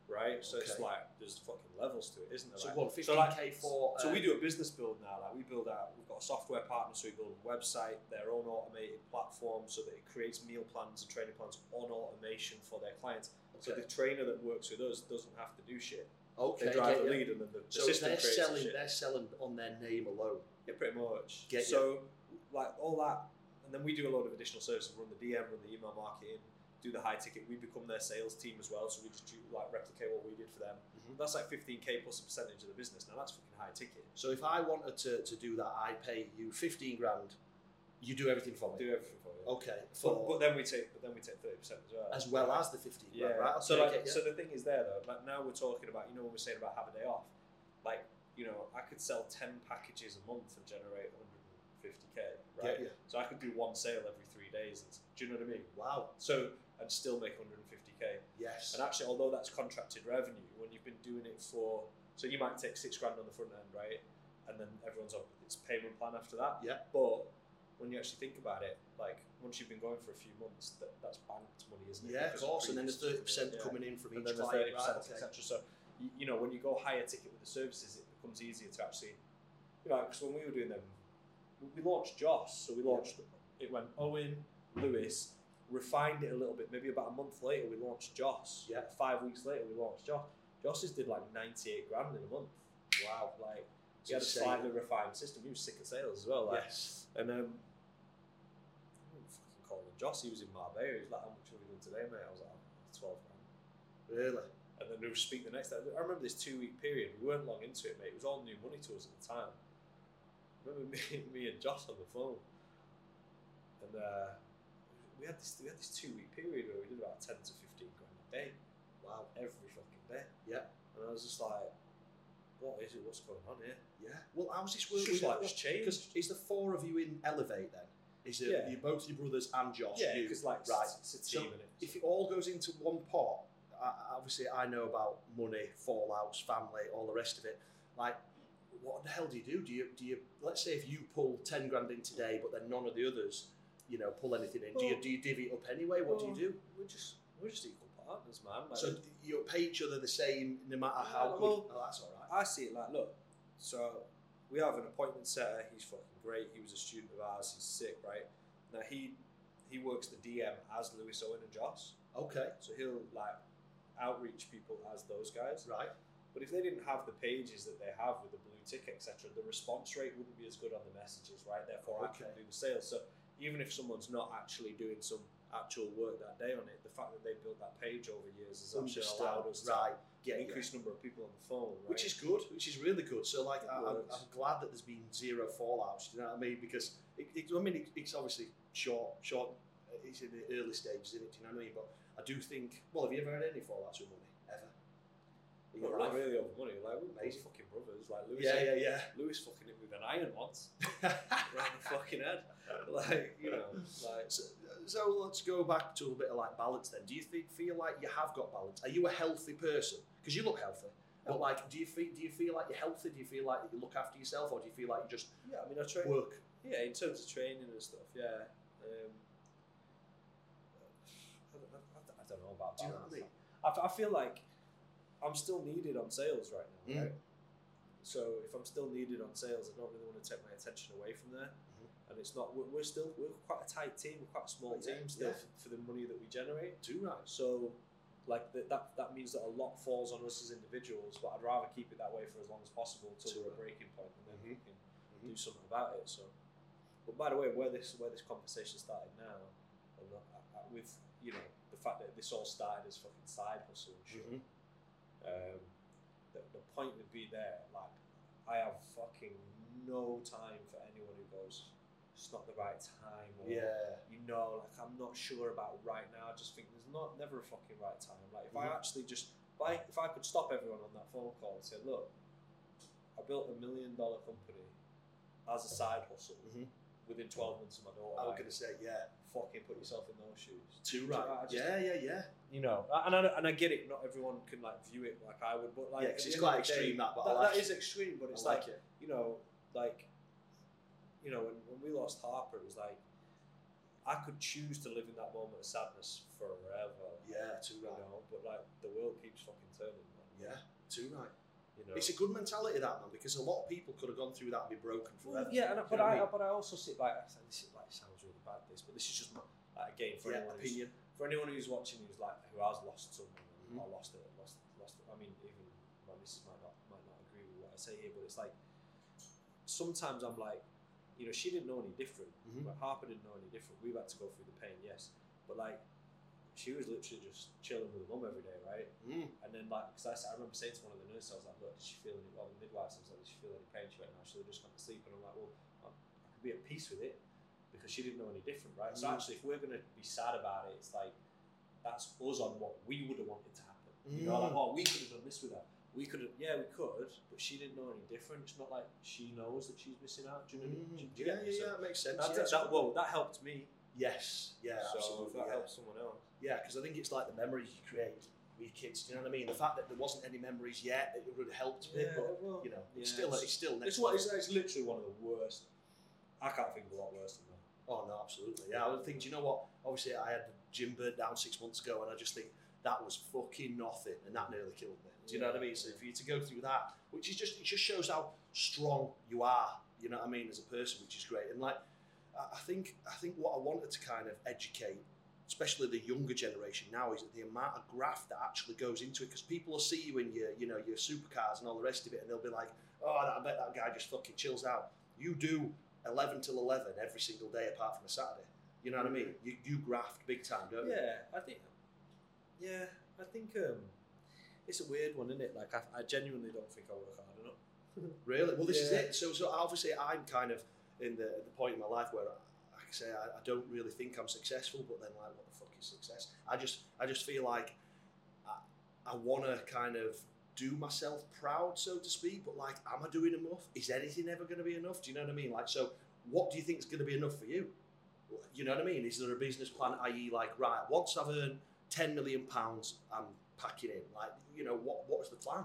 B: right? So it's
A: Okay.
B: like there's fucking levels to it, isn't there?
A: So
B: Like,
A: what, 15k for.
B: so
A: uh,
B: we do a business build now. Like we build out, we've got a software partner, so we build a website, their own automated platform, so that it creates meal plans and training plans on automation for their clients. So
A: Okay.
B: the trainer that works with us doesn't have to do shit.
A: okay.
B: They drive
A: get
B: the
A: you.
B: lead, and then the, the
A: So
B: system
A: they're
B: creates the
A: selling.
B: shit.
A: They're selling on their name alone.
B: Yeah, pretty much.
A: Get
B: so, like all that, and then we do a lot of additional services. Run the DM, run the email marketing, do the high ticket. We become their sales team as well, so we just do, like replicate what we did for them.
A: Mhm.
B: That's like fifteen k plus a percentage of the business. Now that's fucking high ticket.
A: So if I wanted to, to do that, I pay you 15 grand. You do everything for me.
B: Do everything for you.
A: Okay. For
B: Oh, But, but then we take, but then we take thirty percent as well.
A: as well as the 15
B: yeah.
A: grand, right? Okay,
B: So like,
A: okay, yeah.
B: so the thing is there though. Like now we're talking about, you know, when we're saying about have a day off, like you know, I could sell ten packages a month and generate one hundred and fifty k, right?
A: Get you.
B: So I could do one sale every three days. And, do you know what I mean?
A: Wow.
B: So and still make 150k.
A: Yes.
B: And actually, although that's contracted revenue, when you've been doing it for, so you might take six grand on the front end, right? And then everyone's on its payment plan after that.
A: Yeah.
B: But when you actually think about it, like once you've been going for a few months, that, that's banked money, isn't it?
A: yeah, of
B: Because
A: course. And then there's
B: previous-
A: 30%
B: yeah.
A: coming in from
B: And
A: each
B: then there's
A: client,
B: thirty
A: right?
B: percent,
A: Okay.
B: etc. So you, you know, when you go higher ticket with the services, it becomes easier to actually, you know, because when we were doing them, we- we launched Joss, so we launched it went Owen, Lewis, refined it a little bit. Maybe about a month later, we launched Joss.
A: Yeah.
B: Five weeks later, we launched Joss. Joss's did like ninety-eight grand in a month. Wow. Like he had a
A: It's insane.
B: slightly refined system. He was sick of sales as well. Like,
A: Yes.
B: and um, I wouldn't fucking call him Joss. He was in Marbella. He was like, "How much have we done today, mate?" I was like, "Oh, 12 grand."
A: Really.
B: and then we would speak the next day. I remember this two week period. We weren't long into it, mate. It was all new money to us at the time. I remember me, me and Josh on the phone, and uh, we had this we had this two week period where we did about ten to fifteen grand a day,
A: Wow.
B: every fucking day.
A: Yeah.
B: and I was just like, what is it? What's going on here?
A: Yeah. Well, how's this
B: It's
A: work?
B: just like it's
A: Because
B: changed.
A: is the four of you in Elevate then? Is it
B: Yeah.
A: you both your brothers and Josh?
B: Yeah,
A: you?
B: because like
A: right.
B: it's, it's a team
A: So
B: and
A: if it all goes into one pot, I- obviously I know about money, fallouts, family, all the rest of it. Like, what the hell do you do? Do you do you let's say if you pull ten grand in today, but then none of the others, you know, pull anything in? do you
B: Well-
A: do you divvy it up anyway? What do you do?
B: we're just we're just equal partners, man. Like,
A: So you pay each other the same, no matter how
B: Yeah,
A: good.
B: well-
A: oh, that's all right.
B: I see it like, look, so we have an appointment setter. He's fucking great. He was a student of ours. He's sick, right? Now he he works the DM as Lewis Owen and Joss,
A: Okay,
B: so he'll like outreach people as those guys.
A: right.
B: But if they didn't have the pages that they have with the blue tick, etc., the response rate wouldn't be as good on the messages, right? Therefore, I can
A: Okay.
B: do the sales. So even if someone's not actually doing some actual work that day on it, the fact that they built that page over years has actually allowed us to
A: right. Yeah,
B: get an
A: yeah.
B: increased number of people on the phone, right?
A: which is good, which is really good. So like,
B: It
A: I, I'm,
B: works.
A: I'm glad that there's been zero fallouts. You know what I mean? Because it, it, I mean, it, it's obviously short, short. It's in the early stages, isn't it? Do you know what I mean? But I do think. Well, have you ever had any fallouts with money ever? In
B: Not
A: your
B: like
A: life?
B: really over money. Like we
A: Amazing.
B: amazing fucking brothers. Like Lewis,
A: Yeah, yeah,
B: Lewis fucking hit me with an iron once
A: yeah.
B: around the fucking head. Like you know, like
A: so, so let's go back to a bit of like balance then. Do you think feel like you have got balance? Are you a healthy person? Because you look healthy. But like, do you feel do you feel like you're healthy? Do you feel like you look after yourself, or do you feel like you just
B: yeah. I mean, I train.
A: work?
B: yeah, in terms of training and stuff. Yeah. Um, I, don't, I don't- I don't know about
A: Do you know
B: balance.
A: what I mean?
B: I, f- I feel like I'm still needed on sales right
A: Mm.
B: now. Right? So if I'm still needed on sales, I don't really want to take my attention away from there. And it's not. We're, we're still we're quite a tight team. We're quite a
A: Oh,
B: small
A: yeah,
B: team still
A: yeah.
B: f- for the money that we generate.
A: Do right.
B: So, like that, that that means that a lot falls on us as individuals. But I'd rather keep it that way for as long as possible until we're at a breaking point, and then we can
A: Mm-hmm.
B: do something about it. So, but by the way, where this where this conversation started now, and not- uh, uh, with you know the fact that this all started as fucking side hustle and shit.
A: Mhm.
B: Um, the, the point would be there. Like, I have fucking no time for anyone who goes, it's not the right time. Or,
A: Yeah.
B: you know, like I'm not sure about right now. I just think there's not never a fucking right time. Like if I
A: Mhm.
B: actually just, if I, if I could stop everyone on that phone call and say, look, I built a million dollar company as a side hustle
A: Mhm.
B: within 12 months of my
A: I
B: daughter.
A: was going to say, yeah,
B: fucking put yourself in those shoes.
A: two
B: Do you know, I
A: right.
B: just-
A: Yeah, yeah, yeah.
B: You know, and I, and I get it. Not everyone can like view it like I would, but like
A: yeah,
B: at
A: 'cause
B: the
A: it's
B: end of
A: quite
B: the day,
A: extreme that, but
B: that,
A: I like
B: that is
A: it.
B: extreme, but
A: I
B: it's like
A: like it.
B: you know, like, you know, when, when we lost Harper, it was like, I could choose to live in that moment of sadness forever.
A: Yeah, too
B: You
A: right.
B: know, but like the world keeps fucking turning. Man.
A: Yeah, too right.
B: You know.
A: It's a good mentality that man because a lot of people could have gone through that and be broken
B: Well,
A: forever.
B: yeah,
A: Do you
B: and I, but
A: know what
B: I,
A: I mean?
B: but I also sit like I said, this is, like sounds really bad this, but this is just my like, again for
A: yeah,
B: anyone who's,
A: opinion.
B: for anyone who's watching who's like who has lost someone
A: Mhm.
B: or lost it, lost lost it. I mean, even my missus might not might not agree with what I say here, but it's like sometimes I'm like, you know, she didn't know any different,
A: Mhm.
B: but Harper didn't know any different. We've had to go through the pain, yes, but like she was literally just chilling with her mum every day, right? Mm-hmm.
A: Mm.
B: And then like, because I, s- I remember saying to one of the nurses, I was like, look, did she feel any, well, the midwife, I was like, did she feel any pain? She went, no, she'll just gone to sleep. And I'm like, well, I, I could be at peace with it because she didn't know any different, right? So
A: Mm.
B: actually, if we're going to be sad about it, it's like, that's us on what we would have wanted to happen. You know,
A: Hmm.
B: like, oh, we could have done this with her. We could have, yeah, we could, but she didn't know any different. It's not like she knows that she's missing out. Do you know? what I mean?
A: Mm.
B: Do you- Mm-hmm. do you
A: Yeah,
B: get
A: yeah,
B: me? So
A: yeah, that makes sense.
B: That,
A: yeah,
B: that, that, well, that helped me.
A: yes, yeah,
B: so if
A: absolutely.
B: that
A: yeah.
B: helps someone else.
A: Yeah, because I think it's like the memories you create with your kids. Do you know what I mean? The fact that there wasn't any memories yet, it would have helped a bit, but
B: well,
A: you know, it's
B: yeah,
A: still
B: it's-
A: it's still next.
B: It's, what,
A: level.
B: it's, it's literally one of the worst. I can't think of a lot worse than that.
A: Oh no, absolutely. Yeah, I would think. Do you know what? Obviously, I had the gym burnt down six months ago, and I just think that was fucking nothing, and that nearly killed me. Do you know what I mean? So for you to go through that, which is just it just shows how strong you are. You know what I mean as a person, which is great. And like, I I think I think what I wanted to kind of educate, especially the younger generation now, is that the amount of graft that actually goes into it. Because people will see you in your you know your supercars and all the rest of it, and they'll be like, oh, that, I bet that guy just fucking chills out. You do 11 till 11 every single day apart from a Saturday. You know what I mean? You, you graft big time, don't you?
B: Yeah, I think. Yeah, I think um, it's a weird one, isn't it? Like, I, I genuinely don't think I work hard enough.
A: Really? Well, this is
B: Yeah.
A: it. So, so obviously, I'm kind of in the, the point in my life where, like I say, I, I don't really think I'm successful, but then, like, what the fuck is success? I just, I just feel like I, I want to kind of do myself proud, so to speak, but like, am I doing enough? Is anything ever going to be enough? Do you know what I mean? Like, so what do you think is going to be enough for you? You know what I mean? Is there a business plan, i.e., like, right, once I've earned 10 million pounds, I'm packing in? Like, you know, what what's the plan?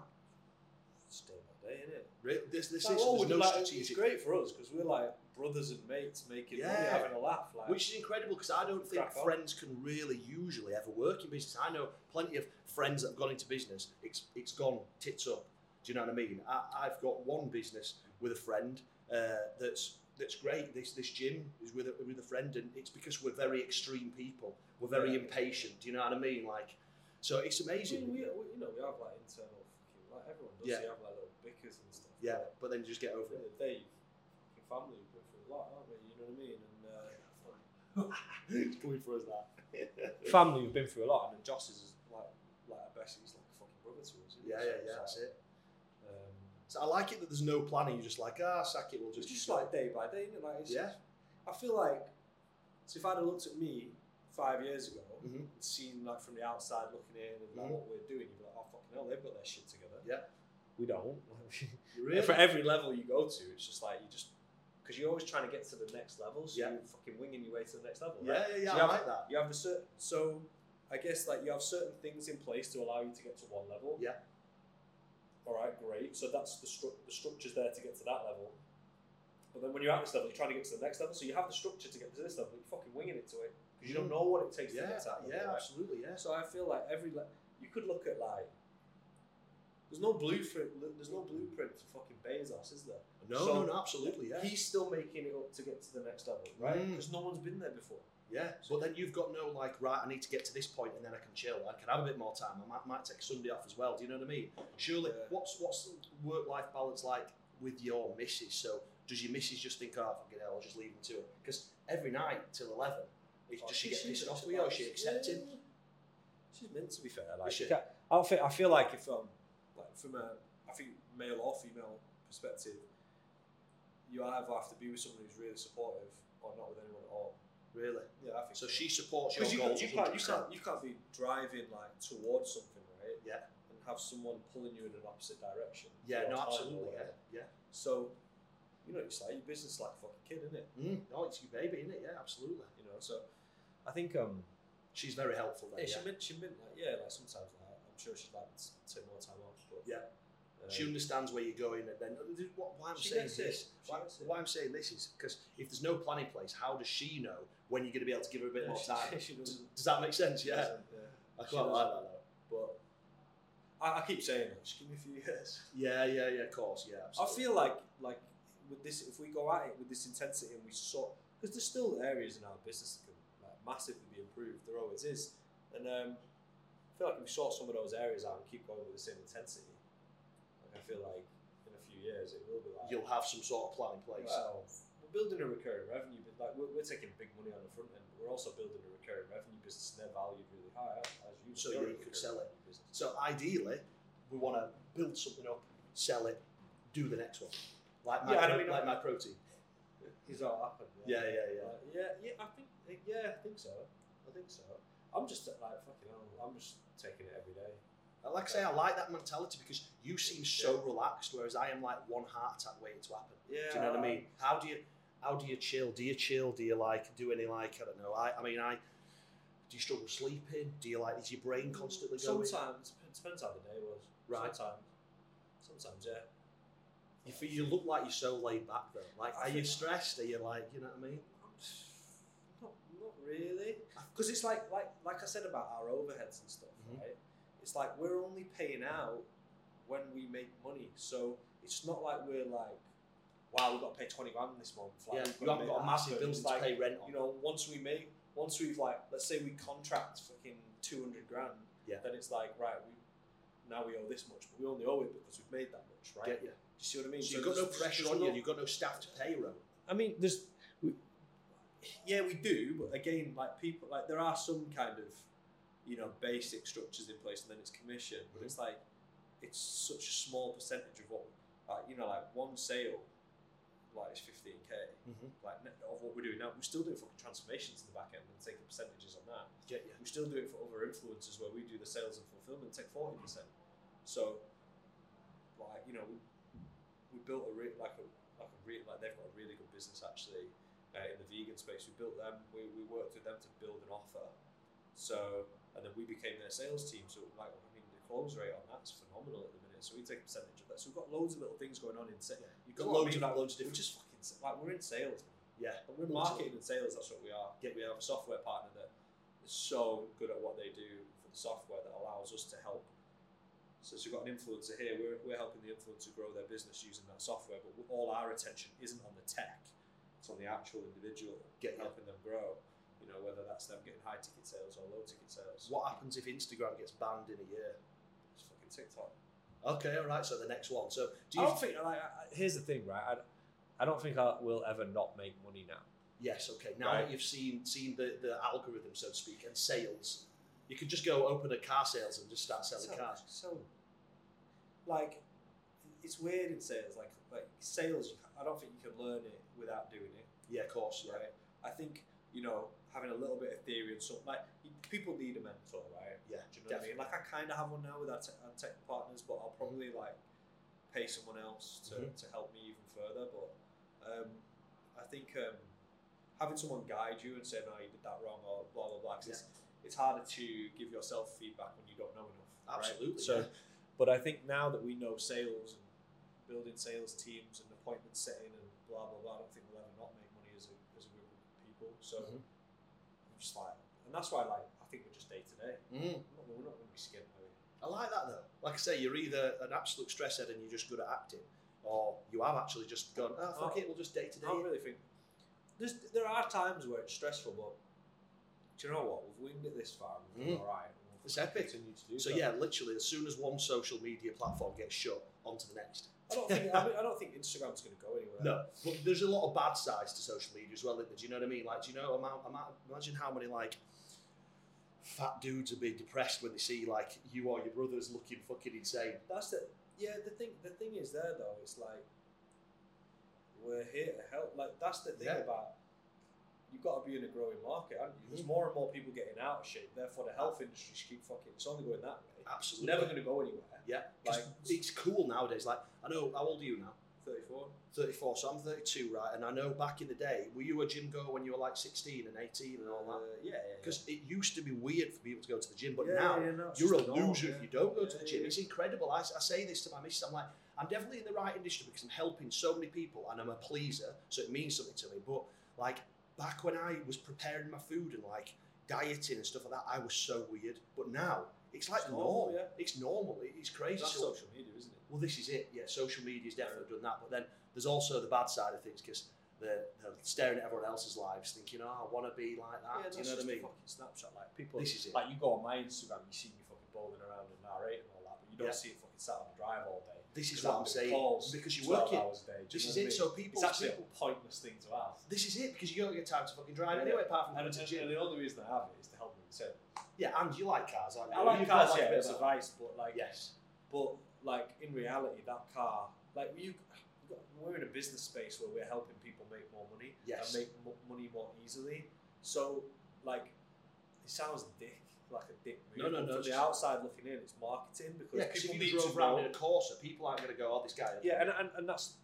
B: It's day by day, isn't it?
A: Really? This, this
B: Like,
A: is,
B: oh,
A: there's no
B: like, it's
A: strategic
B: great for us because we're like brothers and mates making money,
A: Yeah.
B: having a laugh. Like,
A: Which is incredible because I don't think
B: Crack on.
A: friends can really usually ever work in business. I know plenty of friends that have gone into business, it's, it's gone tits up. Do you know what I mean? I, I've got one business with a friend uh, that's that's great. This this gym is with a, with a friend, and it's because we're very extreme people. We're very
B: Yeah.
A: impatient. Do you know what I mean? Like, so it's
B: I mean,
A: amazing.
B: we, we, you know, we have like internal fucking, like everyone does,
A: Yeah.
B: you have like little bickers and stuff.
A: yeah,
B: but
A: but then you just get
B: at the
A: over
B: end
A: it.
B: of the day, your family have been through a lot, aren't they? You know what I mean? And uh,
A: it's coming for us that.
B: family have been through a lot, and then Joss is like, like our best, he's like a fucking brother to us. isn't he?
A: yeah,
B: So
A: yeah,
B: it's
A: yeah.
B: like,
A: That's it.
B: Um,
A: So I like it that there's no planning. You're just like, ah, sack it. We'll
B: it's
A: just
B: just
A: go."
B: like day by day, isn't it? Like, it's
A: yeah.
B: I feel like so if I'd have looked at me five years ago
A: Mhm.
B: and seen like from the outside looking in and like
A: Mhm.
B: what we're doing, you'd be like, oh fucking hell, they've got their shit together.
A: Yeah.
B: we don't.
A: Really?
B: For every level you go to, it's just like you just because you're always trying to get to the next level, so
A: Yeah.
B: you're fucking winging your way to the next level.
A: yeah,
B: right?
A: yeah, yeah.
B: So
A: I
B: you have-
A: like that.
B: You have the certain so I guess like you have certain things in place to allow you to get to one level.
A: Yeah.
B: All right, great. So that's the stru- the structure's there to get to that level. But then when you're at this level, you're trying to get to the next level. So you have the structure to get to this level, but you're fucking winging it to it because you don't know what it takes to
A: Mm. Yeah,
B: get to that level.
A: yeah,
B: right?
A: absolutely. Yeah.
B: So I feel like every le- you could look at like there's no blueprint. There's no blueprint for fucking Bezos, is there?
A: No,
B: So-
A: no, no, absolutely. Yeah.
B: He's still making it up to get to the next level, right?
A: Mm.
B: Because no one's been there before.
A: Yeah. But then you've got no like, right? I need to get to this point, and then I can chill. I can have a bit more time. I might, might take Sunday off as well. Do you know what I mean? Surely,
B: Yeah.
A: what's what's the work life balance like with your missus? So does your missus just think, oh fucking hell, I'll just leave him to it? Because every night till eleven, it,
B: Like,
A: does she, get
B: Oh, she's
A: pissed off
B: just
A: with you? Or
B: like-
A: is she accepting?
B: Yeah. She's meant to be fair. Like,
A: she?
B: I don't think I feel like if um, like from a I think male or female perspective, you either have to be with someone who's really supportive or not with anyone at all.
A: Really?
B: Yeah, I think
A: So she supports your
B: because you,
A: goals.
B: can't- you can't you
A: 100%.
B: can't you can't be driving like towards something right
A: Yeah.
B: and have someone pulling you in an opposite direction.
A: Yeah.
B: all the
A: No,
B: time or
A: absolutely.
B: whatever.
A: Yeah.
B: So, you know, it's like your business is like a fucking kid, isn't it?
A: Yeah. Mm. No, it's your baby, isn't it? Yeah, absolutely.
B: You know, so I think um.
A: She's very helpful. Then,
B: Yeah,
A: yeah.
B: she meant she meant like yeah, like sometimes like, I'm sure she'd like to take more time off, but
A: Yeah.
B: Um,
A: She understands where you're going, and then what, why I'm
B: She
A: saying
B: gets it.
A: this,
B: She
A: why,
B: gets it.
A: why I'm saying this is because if there's no plan in place, how does she know when you're going to be able to give her a bit more time?
B: She
A: Does,
B: doesn't-
A: does that make sense?
B: she
A: Yeah,
B: doesn't, yeah.
A: I
B: She
A: quite like that.
B: doesn't. But I, I keep saying, that, just give me a few years.
A: Yeah, yeah, yeah. Of course, yeah.
B: I
A: Absolutely.
B: feel like like with this, if we go at it with this intensity and we sort, because there's still areas in our business that can like, massively be improved. There always is, and um, I feel like if we sort some of those areas out and keep going with the same intensity, like I feel like in a few years it will be like
A: You'll have some sort of plan in place.
B: well, we're building a recurring revenue, but like we're, we're taking big money on the front end. But we're also building a recurring revenue business, and they're valued really high as as you.
A: So
B: know,
A: yeah, you
B: you're a
A: could
B: recurring
A: sell it.
B: revenue business.
A: So ideally, we want to build something up, sell it, do the next one. Like my,
B: Yeah, I
A: pro-
B: mean,
A: like
B: I-
A: my protein.
B: Is that happened?
A: Yeah, yeah, yeah.
B: Uh, yeah, yeah. I think, yeah, I think so. I think so. I'm just uh, like fucking hell. I'm just taking it every day.
A: And Like I say, I like that mentality because you seem so relaxed, whereas I am like one heart attack waiting to happen.
B: Yeah.
A: Do you know what I mean? How do you how do you chill? Do you chill? Do you like do any like I don't know? I, I mean I do you struggle sleeping? Do you like is your brain constantly going?
B: um, Sometimes it depends how the day was.
A: Right.
B: Sometimes. Sometimes, yeah.
A: You feel you look like you're so laid back though. Like
B: I
A: are you
B: think-
A: stressed? Are you like you know what I mean?
B: I'm just- Not, not really. Because it's like, like, like I said about our overheads and stuff,
A: Mhm.
B: right? It's like we're only paying out when we make money. So it's not like we're like, wow, we've got to pay 20 grand this month. Like,
A: yeah,
B: we've
A: you haven't
B: gotta make
A: got a
B: that
A: massive
B: happen.
A: bill
B: It's
A: to
B: like,
A: pay rent on.
B: you know, once we make, once we've like, let's say we contract fucking 200 grand,
A: Yeah.
B: then it's like, right, we, now we owe this much, but we only owe it because we've made that much, right?
A: Get you.
B: Do you see what I mean?
A: So you've got no
B: there's-
A: pressure
B: there's
A: on you.
B: not-
A: You've got no staff to pay your own.
B: I mean, there's, we, yeah, we do, but again, like people, like there are some kind of, you know, basic structures in place, and then it's commission, but it's like, it's such a small percentage of what, like you know, like one sale, like it's fifteen k,
A: Mm-hmm.
B: like net- of what we're doing now. We're still doing fucking transformations in the back end and taking percentages on that.
A: Get you.
B: We still do it for other influencers where we do the sales and fulfillment, take forty percent. So, like you know, we, we built a re- like a like a re- like they've got a really good business actually uh, in the vegan space. We built them. We, we worked with them to build an offer. So and then we became their sales team. So like I mean, the close rate on that's phenomenal at the minute. So we take a percentage of that. So we've got loads of little things going on in sales.
A: Yeah.
B: You've
A: Got loads of loads of different.
B: We're just fucking s- like we're in sales. man.
A: Yeah.
B: But we're marketing and sales, that's what we are.
A: Yeah.
B: We have a software partner that is so good at what they do for the software that allows us to help. So, so you've got an influencer here, we're, we're helping the influencer grow their business using that software, but we- all our attention isn't on the tech, it's on the actual individual,
A: Get you.
B: helping them grow. You know, whether that's them getting high ticket sales or low ticket sales.
A: What happens if Instagram gets banned in a year?
B: It's fucking TikTok.
A: Okay, all right. So the next one. So do
B: I
A: you?
B: don't think, like, I- I- here's the thing, right? I, I don't think I will ever not make money now.
A: yes. Okay. Now
B: Right.
A: that you've seen seen the, the algorithm, so to speak, and sales, you could just go open a car sales and just start selling
B: so,
A: cars.
B: So, like, it's weird in sales. Like, like sales, you ca- I don't think you can learn it without doing it,
A: Yeah, of course. Yeah.
B: right? I think you know having a little bit of theory and something like you- people need a mentor, right?
A: Yeah.
B: Do you know what I mean? Mm. Like, I kind of have one now with our, te- our tech partners, but I'll probably like pay someone else to,
A: Mhm.
B: to help me even further. But um, I think um, having someone guide you and say, "No, you did that wrong," or blah blah blah. 'cause it's, it's harder to give yourself feedback when you don't know enough. right?
A: Absolutely,
B: So,
A: yeah.
B: but I think now that we know sales and building sales teams and appointment setting and blah blah blah, I don't think we'll ever not make money as a, as a group of people. So
A: Mhm.
B: I'm just like, and that's why like I think we're just day to day.
A: Mm.
B: We're not- We're not going to be skint, are we?
A: I like that though. Like I say, you're either an absolute stress head and you're just good at acting, or you have actually just gone, oh, fuck
B: Oh.
A: it, we'll just day to day.
B: I don't really think there's, there are times where it's stressful, but do you know what? We've winged it this far. We've been
A: Mm.
B: all right.
A: It's epic.
B: Continue to do
A: So
B: that.
A: yeah, literally, as soon as one social media platform gets shut, onto the next.
B: I don't think I, mean, I don't think Instagram's going to go anywhere.
A: No, but there's a lot of bad sides to social media as well. Isn't there? Do you know what I mean? Like, do you know? Amount, amount, imagine how many like fat dudes would be depressed when they see like you or your brothers looking fucking insane.
B: That's the yeah. The thing the thing is there though. It's like we're here to help. Like that's the thing
A: Yeah.
B: about you've got to be in a growing market. Haven't you? There's
A: Mhm.
B: more and more people getting out of shape. Therefore, the health industry should keep fucking. It's only going that way. It's
A: Absolutely.
B: never going to go anywhere.
A: yeah, 'cause
B: Like
A: it's cool nowadays. Like, I know. How old are you now?
B: 34.
A: 34, so I'm 32, right? And I know back in the day, were you a gym goer when you were like 16 and 18 and all
B: Uh,
A: that?
B: yeah, yeah. yeah.
A: Because it used to be weird for people to go to the gym, but
B: Yeah,
A: now
B: yeah, no, it's
A: you're a
B: just the norm,
A: loser
B: yeah.
A: if you don't go to
B: Yeah,
A: the gym.
B: yeah.
A: It's incredible. I, I say this to my missus, I'm like, I'm definitely in the right industry because I'm helping so many people and I'm a pleaser, so it means something to me. But like back when I was preparing my food and like dieting and stuff like that, I was so weird. But now it's like
B: It's
A: normal.
B: normal, yeah.
A: It's normal. It- It's crazy.
B: That's
A: So-
B: social media, isn't it?
A: well, this is it. Yeah, social media's definitely done that. But then there's also the bad side of things because they're, they're staring at everyone else's lives, thinking, "Oh, I want to be like
B: yeah,
A: that." Do you
B: that's
A: know what I
B: just a
A: mean?
B: Fucking Snapchat, like people.
A: This is it.
B: Like you go on my Instagram, you see me fucking bowling around and narrating all that, but you don't
A: Yeah.
B: see it fucking sat on the drive all day.
A: This is
B: 'Cause
A: what
B: I'm
A: I'm
B: doing
A: saying.
B: calls
A: because you're
B: 12
A: working.
B: hours a day. do
A: This
B: you
A: is
B: know what
A: it.
B: I mean?
A: So people,
B: it's actually
A: people-
B: a pointless thing to have.
A: this is it because you don't get time to fucking drive
B: Yeah.
A: anyway, apart from going
B: And, and,
A: to the
B: and
A: gym.
B: the only reason I have it is to help me with sales.
A: Yeah, and you like cars, aren't you?
B: I like
A: You've got,
B: cars,
A: like, a
B: yeah,
A: bit
B: it's
A: of
B: a
A: a-
B: vice, but like,
A: Yes.
B: but like in reality, that car, like you, we're in a business space where we're helping people make more money
A: Yes.
B: and make mo- money more easily. So like, it sounds dick, like a dick
A: No,
B: move.
A: no, no,
B: but From
A: it's
B: the
A: just-
B: outside looking in, it's marketing because
A: Yeah, because
B: people
A: if
B: need
A: you drove
B: to
A: around in
B: know-
A: a Corsa, people aren't going to go, "Oh, this guy."
B: Yeah, and, and and that's,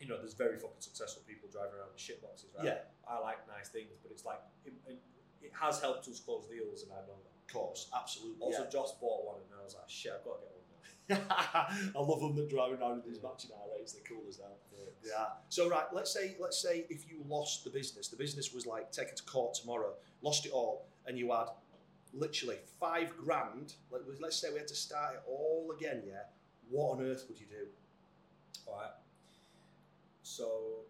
B: you know, there's very fucking successful people driving around in shit boxes, right?
A: yeah,
B: I like nice things, but it's like it, it- it has helped us close deals, and I know that.
A: of course, absolutely.
B: Also, Joss bought one, and I was like, shit, I've got to get one now.
A: yeah. I love them that driving around in these
B: Yeah.
A: matching R8s. They're cool as hell. Yeah. So right, let's say let's say if you lost the business, the business was like taken to court tomorrow, lost it all, and you had literally five grand. Let, let's say we had to start it all again. Yeah. What on earth would you do?
B: All right. So,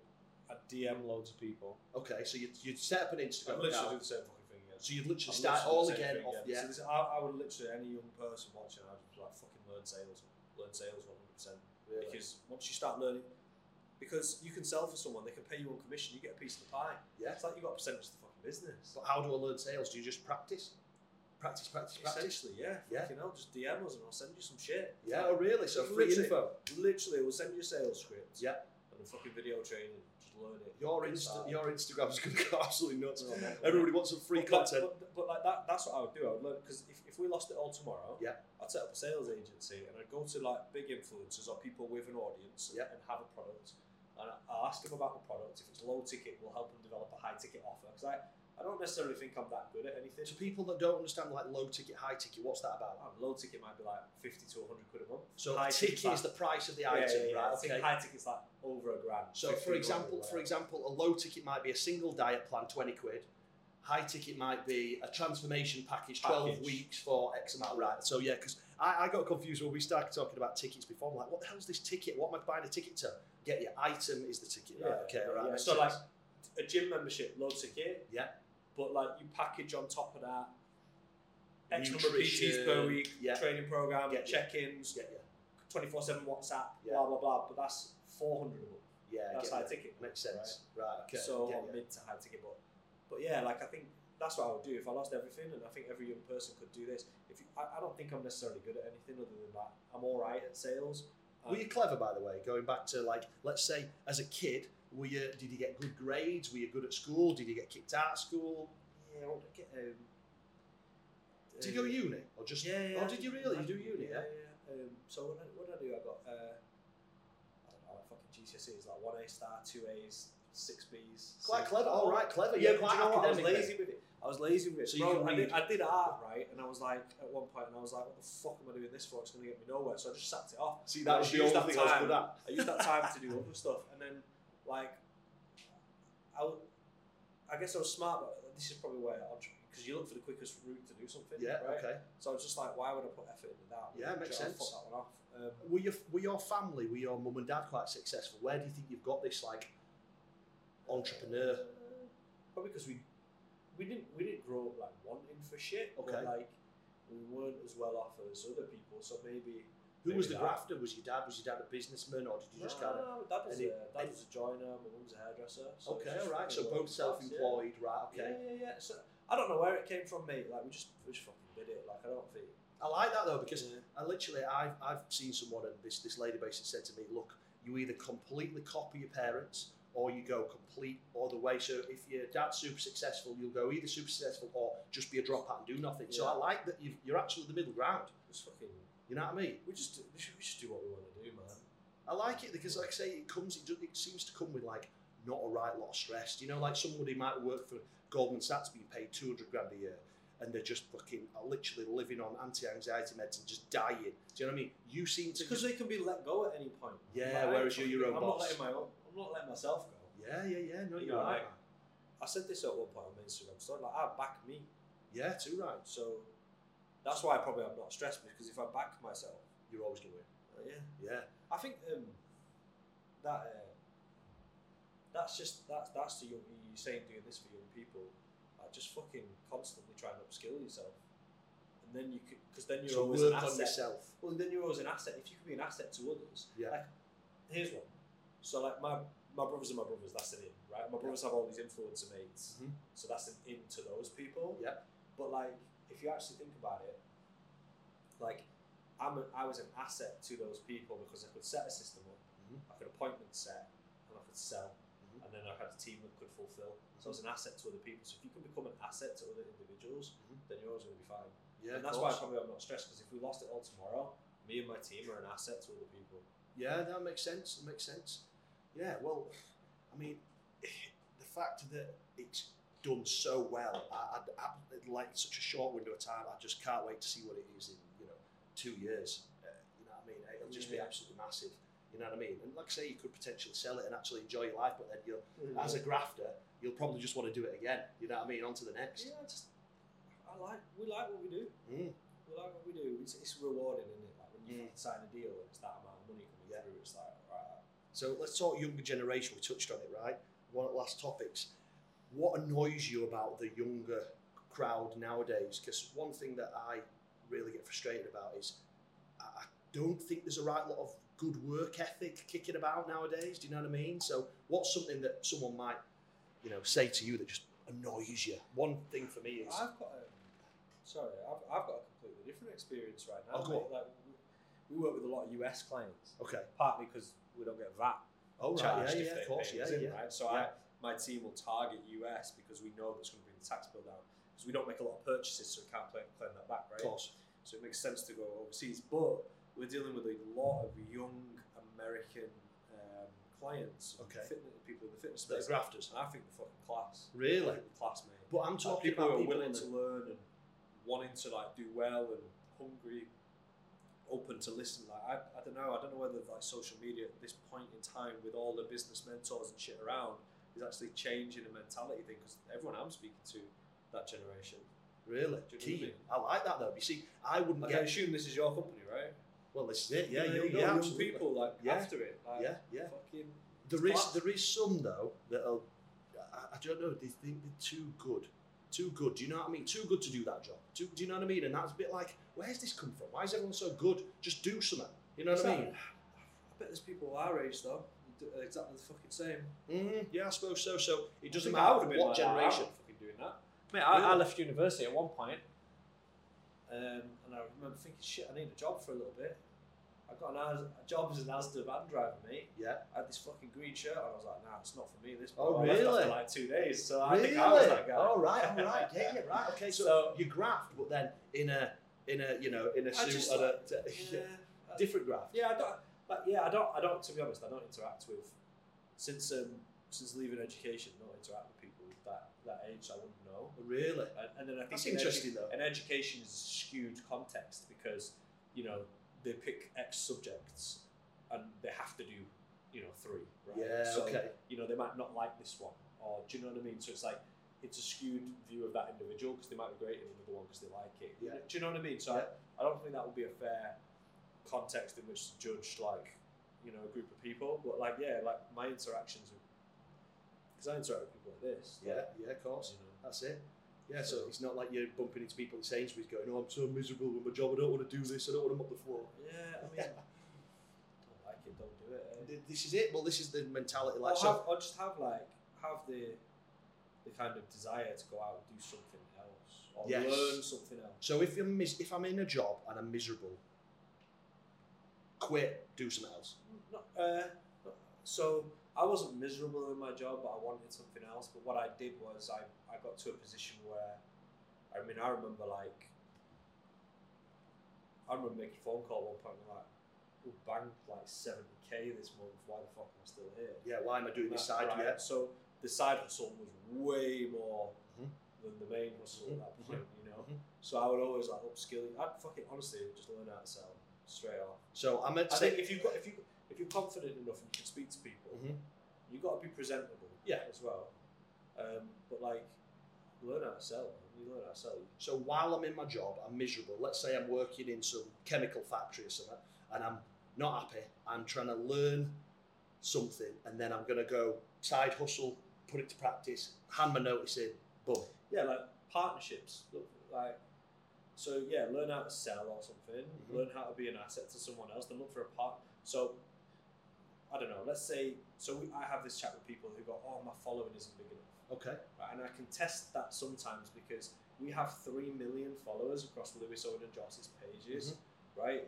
B: I DM loads of people.
A: Okay, so you'd, you'd set up an
B: I
A: Instagram
B: literally do
A: account.
B: the same fucking thing again.
A: So you'd literally
B: I'd
A: start
B: literally
A: all
B: do the same
A: again
B: thing
A: off. Yeah.
B: So this, I, I would literally any young person watching, I'd just be like fucking learn sales, learn sales one hundred percent.
A: Really.
B: Because once you start learning, because you can sell for someone, they can pay you on commission, you get a piece of the pie.
A: Yeah.
B: It's like you got a percentage of the fucking business.
A: But how do I learn sales? Do you just practice? Practice, practice, practice.
B: Essentially, yeah.
A: Yeah.
B: Fucking hell, just DM us and I'll send you some shit.
A: Yeah. Oh, really? So free
B: Literally.
A: info.
B: Literally, we'll send you a sales script.
A: Yeah.
B: And a fucking video training. Just learn it.
A: Your
B: Good
A: Insta-
B: start.
A: your Instagram's going to go absolutely nuts.
B: No, no, no.
A: Everybody wants some free
B: But like-
A: content.
B: but, but like that, that's what I would do. I would learn because if, if we lost it all tomorrow,
A: Yeah.
B: I'd set up a sales agency and I'd go to like big influencers or people with an audience and,
A: Yeah.
B: and have a product. And I- I'll ask them about the product. If it's low ticket, we'll help them develop a high ticket offer. Because I, I don't necessarily think I'm that good at anything.
A: to people that don't understand like low ticket, high ticket, what's that about?
B: Um, low ticket might be like 50 to 100 quid a month.
A: So
B: high
A: ticket
B: ticket's
A: is the
B: like-
A: price of the
B: yeah,
A: item,
B: yeah, yeah.
A: right?
B: I think
A: Okay.
B: High ticket's like over a grand.
A: So for
B: 15
A: example,
B: grand,
A: for
B: like.
A: example, a low ticket might be a single diet plan, twenty quid. High ticket might be a transformation package, twelve
B: Package.
A: weeks for X amount, right? So yeah, because I, I got confused when we started talking about tickets before. I'm like, what the hell's this ticket? What am I buying a ticket to? Get your item is the ticket, right?
B: Yeah,
A: okay,
B: yeah,
A: all right.
B: yeah.
A: makes
B: So, like,
A: sense.
B: a gym membership, low ticket.
A: Yeah.
B: But like you package on top of that X number of
A: Nutrition,
B: PTs per week,
A: yeah.
B: training program,
A: Yeah, yeah.
B: check ins,
A: yeah, yeah,
B: 24 7 WhatsApp,
A: Yeah.
B: blah, blah, blah. But that's 400 a month.
A: yeah, I
B: That's
A: get
B: high
A: that.
B: ticket.
A: Makes
B: right?
A: sense, right? okay,
B: So um,
A: yeah,
B: or mid to high ticket. But, but yeah, like I think that's what I would do if I lost everything. And I think every young person could do this. If you, I, I don't think I'm necessarily good at anything other than that. I'm all right at sales.
A: Were you clever, by the way? Going back to like, let's say, as a kid, were you? Did you get good grades? Were you good at school? Did you get kicked out of school?
B: Yeah, I want to get. Um,
A: Did you go
B: uh,
A: uni or just?
B: Yeah, yeah.
A: Oh, did you really? You do uni, yeah?
B: yeah. Um, so what did, what did I do? I got, uh, I don't know, like fucking GCSEs, E like one A star, two A's, six B's.
A: Quite
B: six-
A: clever. All right, clever.
B: Yeah,
A: You're
B: but
A: quite
B: do you know what? I was
A: academic. then.
B: lazy with it. I was lazy with it.
A: So
B: So
A: you
B: Bro,
A: can
B: I, did,
A: read.
B: I did art, right? And I was like, at one point, and I was like, what the fuck am I doing this for? It's going to get me nowhere. So I just sacked it off.
A: See,
B: I
A: that was
B: just
A: the
B: used
A: only
B: that
A: thing I was
B: time.
A: good at.
B: I used that time to do other stuff, and then like I, w- I guess I was smart, but this is probably where because you look for the quickest route to do something.
A: Yeah.
B: right?
A: Okay.
B: So I was just like, why would I put effort into that?
A: Yeah, makes
B: Just
A: sense.
B: Fuck that one off. Um,
A: Were your Were your family? Were your mum and dad quite successful? Where do you think you've got this like entrepreneur?
B: Probably because we we didn't we didn't grow up like wanting for shit. but,
A: Okay.
B: like we weren't as well off as other people, so maybe.
A: Who was the
B: Maybe
A: grafter? Was your dad? Was your dad a businessman, or did you just kind of?
B: no, dad was
A: any-
B: a dad
A: any-
B: was a joiner. My mum's a hairdresser. So it's
A: Okay.
B: just
A: All right.
B: fucking
A: So
B: working
A: both
B: class,
A: self-employed, right?
B: Yeah.
A: Okay.
B: yeah, yeah, yeah. So I don't know where it came from, mate. Like we just we just fucking did it. Like I don't think
A: I like that though because uh,
B: Yeah.
A: I literally, I've, I've seen someone, and this, this lady basically said to me, Look, you either completely copy your parents or you go complete other way. So if your dad's super successful, you'll go either super successful or just be a dropout and do nothing. So
B: Yeah.
A: I like that you've, you're actually the middle ground.
B: just fucking
A: You know what I mean?
B: we just do, we should, we should do what we want to do, man.
A: I like it because, like I say, it comes. It, do, it seems to come with like not a right lot of stress. You know, like somebody might work for Goldman Sachs being paid two hundred grand a year, and they're just fucking are literally living on anti-anxiety meds and just dying. Do you know what I mean? You seem to
B: because
A: just
B: they can be let go at any point.
A: Yeah,
B: I
A: whereas
B: ain't
A: you're your
B: fucking-
A: own
B: I'm
A: boss.
B: Not letting my own, I'm not letting myself go.
A: yeah, yeah, yeah. No,
B: You
A: you're
B: know,
A: right.
B: like- I said this at one point on my Instagram story. Like, I back me,
A: Yeah, too right.
B: so that's why I probably I'm not stressed because if I back myself,
A: You're always gonna win.
B: uh, yeah,
A: Yeah,
B: I think um, that uh, that's just that's that's the young you saying doing this for young people. Like just fucking constantly trying to upskill yourself, and then you could because then you're
A: so
B: always an
A: work on
B: asset.
A: yourself.
B: Well, then you're always an asset. If you can be an asset to others,
A: Yeah.
B: Like, here's one. So like my my brothers and my brothers, that's an in, right? My brothers have all these influencer mates,
A: Mhm.
B: so that's an in to those people.
A: Yeah.
B: But like, if you actually think about it, like, I'm a, I was an asset to those people because I could set a system up,
A: Mhm.
B: I could appointment set, and I could sell,
A: Mhm.
B: and then I had a team that could fulfill. So I
A: Mm-hmm.
B: was an asset to other people. So if you can become an asset to other individuals,
A: Mhm.
B: then you're always going to be fine.
A: Yeah,
B: and
A: of
B: that's why
A: course.
B: I probably I'm not stressed because if we lost it all tomorrow, me and my team are an asset to other people.
A: Yeah, that makes sense. That makes sense. Yeah, well, I mean, the fact that it's done so well, I, I, I like such a short window of time. I just can't wait to see what it is in you know two years. Uh, you know what I mean? It'll just be
B: Yeah.
A: absolutely massive. You know what I mean? And like I say, you could potentially sell it and actually enjoy your life, but then you'll, as a grafter, you'll probably just want to do it again. You know what I mean? On to the next.
B: yeah, I just I like we like what we do.
A: Mm.
B: We like what we do. It's, it's rewarding, isn't it? Like when you
A: Mm.
B: sign a deal and it's that amount of money coming
A: Yeah.
B: through, it's like right.
A: So let's talk younger generation. We touched on it, right? One of the last topics. What annoys you about the younger crowd nowadays? Because one thing that I really get frustrated about is I I don't think there's a right lot of good work ethic kicking about nowadays. Do you know what I mean? So what's something that someone might, you know, say to you that just annoys you? One thing for me is
B: I've got um, sorry, I've, I've got a completely different experience right now.
A: Oh, go
B: mate.
A: on.
B: Like we- we work with a lot of US clients,
A: okay.
B: partly because we don't get VAT
A: Oh
B: charged
A: right, yeah,
B: if
A: yeah,
B: they
A: of course,
B: pay
A: yeah,
B: us in,
A: yeah.
B: right? So I, my team will target US because we know that's going to bring the tax bill down because we don't make a lot of purchases, so we can't claim, claim that back, right?
A: Of course.
B: So it makes sense to go overseas, but we're dealing with a lot of young American um, clients, and
A: Okay.
B: fitness, people in the fitness
A: They're
B: space,
A: grafters.
B: and I think they're fucking class.
A: Really?
B: Fucking class, mate.
A: But I'm
B: Like,
A: talking
B: people
A: about
B: who are
A: people
B: willing
A: that-
B: to learn and wanting to like do well and hungry, open to listen. Like I, I don't know, I don't know whether like social media at this point in time with all the business mentors and shit around is actually changing the mentality thing because everyone I'm speaking to, that generation.
A: Really?
B: Do you know what I
A: Keen.
B: mean?
A: I like that though. You see, I wouldn't
B: Like,
A: get
B: I assume this is your company, right?
A: Well, this is it. Yeah,
B: You know,
A: yeah,
B: you
A: yeah,
B: know, young
A: absolutely.
B: people like
A: Yeah.
B: after it. Like,
A: Yeah, yeah.
B: Fucking
A: There is
B: Class.
A: there is some though that are, I, I don't know. They think they're too good, too good. Do you know what I mean? Too good to do that job. Too, do you know what I mean? And that's a bit like, where's this come from? Why is everyone so good? Just do something. You know what I
B: Exactly.
A: mean?
B: I bet there's people our age though. who do uh, Exactly the fucking same.
A: Mm, yeah, I suppose so. So it doesn't
B: I think I
A: matter
B: would've been
A: what
B: like that. I wouldn't
A: generation.
B: fucking doing that. Mate, I, I
A: Really?
B: left university at one point, um, and I remember thinking, shit, I need a job for a little bit. I got an as, a job as an ASDA van driver, mate.
A: Yeah.
B: I had this fucking green shirt, and I was like, nah, it's not for me. This.
A: Oh,
B: I left
A: really?
B: After like two days, so I think I was that guy.
A: All right, all right, yeah, yeah, right. Okay, so,
B: So-
A: you graft, but then in a in a you know in a
B: I
A: suit
B: just
A: and a,
B: Yeah.
A: different graft.
B: Yeah, I don't. Like, yeah, I don't. I don't. To be honest, I don't interact with since um, since leaving education. Not interact with people that that age. I wouldn't know.
A: Really?
B: And, and then I think
A: That's
B: in edu-
A: interesting though.
B: and education is a skewed context because you know they pick X subjects and they have to do you know three. Right?
A: Yeah.
B: So,
A: okay.
B: You know they might not like this one, or do you know what I mean? So it's like it's a skewed view of that individual because they might be great in another one because they like it.
A: Yeah.
B: Do you know what I mean? So
A: Yeah.
B: I, I don't think that would be a fair context in which to judge like you know a group of people. But like yeah, like my interactions with because I interact with people like this.
A: Yeah. Yeah. Of course.
B: You know.
A: That's it. Yeah, so
B: So-
A: it's not like you're bumping into people in Sainsbury's going, "Oh, I'm so miserable with my job. I don't want to do this. I don't want to mop the floor."
B: Yeah, I mean, don't like it, don't do it. eh?
A: Th- This is it. Well, this is the mentality.
B: Or,
A: Like, so,
B: have, or just have like have the the kind of desire to go out and do something else or
A: Yes.
B: learn something else.
A: so if I'm mis- if I'm in a job and I'm miserable, quit, do something else.
B: Not, uh, so I wasn't miserable in my job, but I wanted something else. But what I did was I, I got to a position where I mean I remember like I remember making a phone call at one point and like we banked like seventy k k this month. Why the fuck am I still here?
A: Yeah, why am I doing this
B: That-
A: side
B: right,
A: yet?
B: So the side hustle was way more
A: Mhm.
B: than the main hustle
A: Mhm,
B: at that point, you know.
A: mhm.
B: So I would always like upskill. I'd fucking honestly just learn how to sell straight off.
A: So I meant
B: I
A: to
B: think
A: say,
B: if you got if you if you're confident enough and you can speak to people,
A: Mhm.
B: you got to be presentable.
A: Yeah.
B: as well. Um, but like, learn how to sell. You learn how to sell.
A: so while I'm in my job, I'm miserable. Let's say I'm working in some chemical factory or something, and I'm not happy. I'm trying to learn something, and then I'm gonna go side hustle, put it to practice, hand my notice in, boom.
B: Yeah, like partnerships. Look, like, so yeah, learn how to sell or something.
A: Mhm.
B: Learn how to be an asset to someone else. Then look for a part. So, I don't know. Let's say so. We, I have this chat with people who go, "Oh, my following isn't big enough."
A: Okay.
B: right? And I can test that sometimes because we have three million followers across Lewis Owen and Joss's pages,
A: Mm-hmm.
B: right?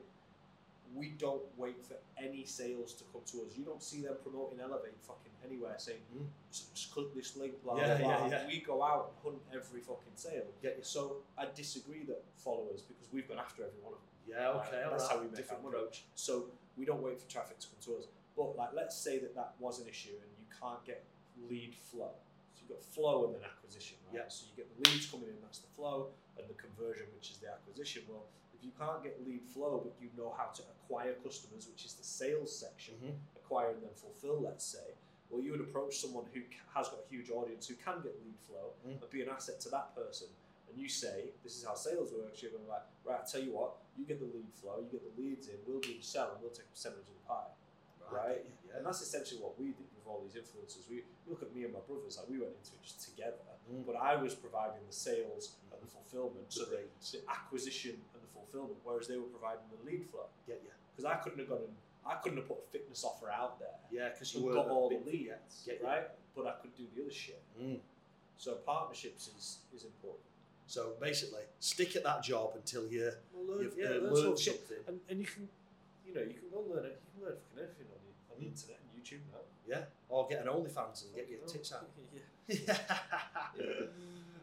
B: We don't wait for any sales to come to us. You don't see them promoting Elevate fucking anywhere, saying
A: Mhm.
B: "S- s- click this link, blah
A: Yeah,
B: blah blah.
A: yeah, yeah.
B: We go out and hunt every fucking sale.
A: Get your
B: So I disagree that followers because we've gone after every one of them.
A: Yeah,
B: Right,
A: okay. all
B: that's
A: right.
B: how we make
A: Different
B: our
A: approach.
B: So we don't wait for traffic to come to us. But like, let's say that that was an issue and you can't get lead flow. So you've got flow and then acquisition, right?
A: Yeah.
B: So you get the leads coming in, that's the flow, and the conversion, which is the acquisition. Well, if you can't get lead flow, but you know how to acquire customers, which is the sales section,
A: Mhm.
B: acquire and then fulfill, let's say, well, you would approach someone who ca- has got a huge audience who can get lead flow
A: Mm.
B: and be an asset to that person. And you say, this is how sales works. You're going to be like, right, I tell you what, you get the lead flow, you get the leads in, we'll do the sell, and we'll take a percentage of the pie. Right.
A: Yeah.
B: And that's essentially what we did with all these influencers. We you look at me and my brothers, like we went into it just together,
A: Mm.
B: but I was providing the sales and the fulfillment, so the,
A: Great.
B: the acquisition and the fulfillment, whereas they were providing the lead flow.
A: Yeah, yeah.
B: Because I couldn't have gone and I couldn't have put a fitness offer out there
A: Yeah, because you
B: and
A: were
B: got all
A: bit-
B: the leads,
A: yeah, yeah.
B: right? But I could do the other shit.
A: Mm.
B: So partnerships is, is important.
A: So basically, stick at that job until you
B: Well,
A: you've uh, learned something.
B: And, and you can, you know, you can go learn it. You can learn fucking anything on the, on the
A: Mm.
B: internet and YouTube now.
A: Yeah, or get an OnlyFans and get your
B: Fucking
A: tits
B: hell.
A: out.
B: yeah.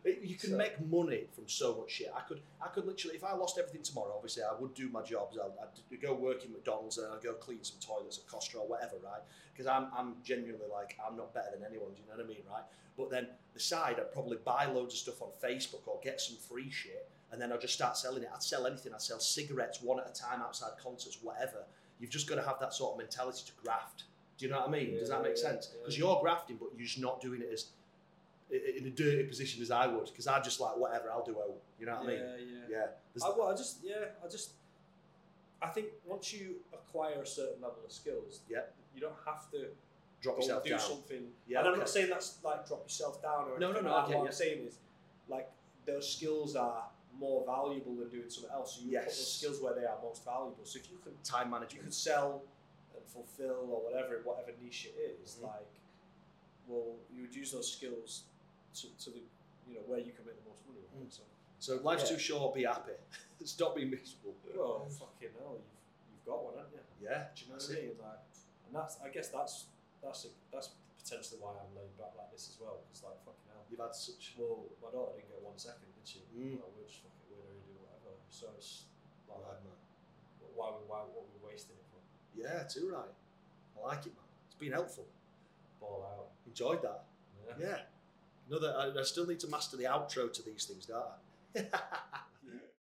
A: It- you can
B: So-
A: make money from so much shit. I could, I could literally, if I lost everything tomorrow, obviously I would do my jobs. I'd, I'd go work in McDonald's and I'd go clean some toilets at Costa or whatever, right? Because I'm, I'm genuinely like, I'm not better than anyone. Do you know what I mean, right? But then the side, I'd probably buy loads of stuff on Facebook or get some free shit, and then I'd just start selling it. I'd sell anything. I'd sell cigarettes one at a time outside concerts, whatever. You've just got to have that sort of mentality to graft. Do you know what I mean? Does that
B: Yeah,
A: make
B: yeah,
A: sense?
B: yeah.
A: Because you're grafting, but you're just not doing it as i- in a dirty position as I would, because I'm just like whatever, I'll do it. You know what I mean?
B: yeah, yeah.
A: Yeah.
B: I,
A: There's-
B: well, I just yeah, I just I think once you acquire a certain level of skills,
A: Yeah.
B: you don't have to
A: drop
B: go and
A: yourself
B: do
A: down.
B: something.
A: Yeah,
B: and I'm
A: okay.
B: not saying that's like drop yourself down or
A: No,
B: anything
A: no, no,
B: like
A: I
B: that.
A: get
B: What
A: you.
B: I'm saying is like those skills are more valuable than doing something else. So you put
A: Yes.
B: those skills where they are most valuable. So if you can
A: Time
B: if you can
A: management.
B: sell and fulfill or whatever in whatever niche it is,
A: Mhm.
B: like well, you would use those skills to, to the you know where you can make the most money. Right?
A: Mm.
B: So.
A: So life's
B: Yeah.
A: too short. Be happy. Stop being miserable.
B: Well, oh, fucking hell, you've, you've got one, haven't you?
A: Yeah.
B: Do you know
A: That's
B: what I mean? Like, and that's I guess that's that's a, that's potentially why I'm laid back like this as well. It's like fucking hell.
A: You've had such.
B: Well, my daughter didn't get one second, did she?
A: Mm.
B: Like, we're just fucking we're gonna do whatever. So it's like,
A: Right, man.
B: why we why what are we wasting it for?
A: Yeah, too right. I like it, man. It's been helpful.
B: Ball out.
A: Enjoyed that.
B: Yeah.
A: Yeah. Another. I, I still need to master the outro to these things, don't I?
B: Yeah.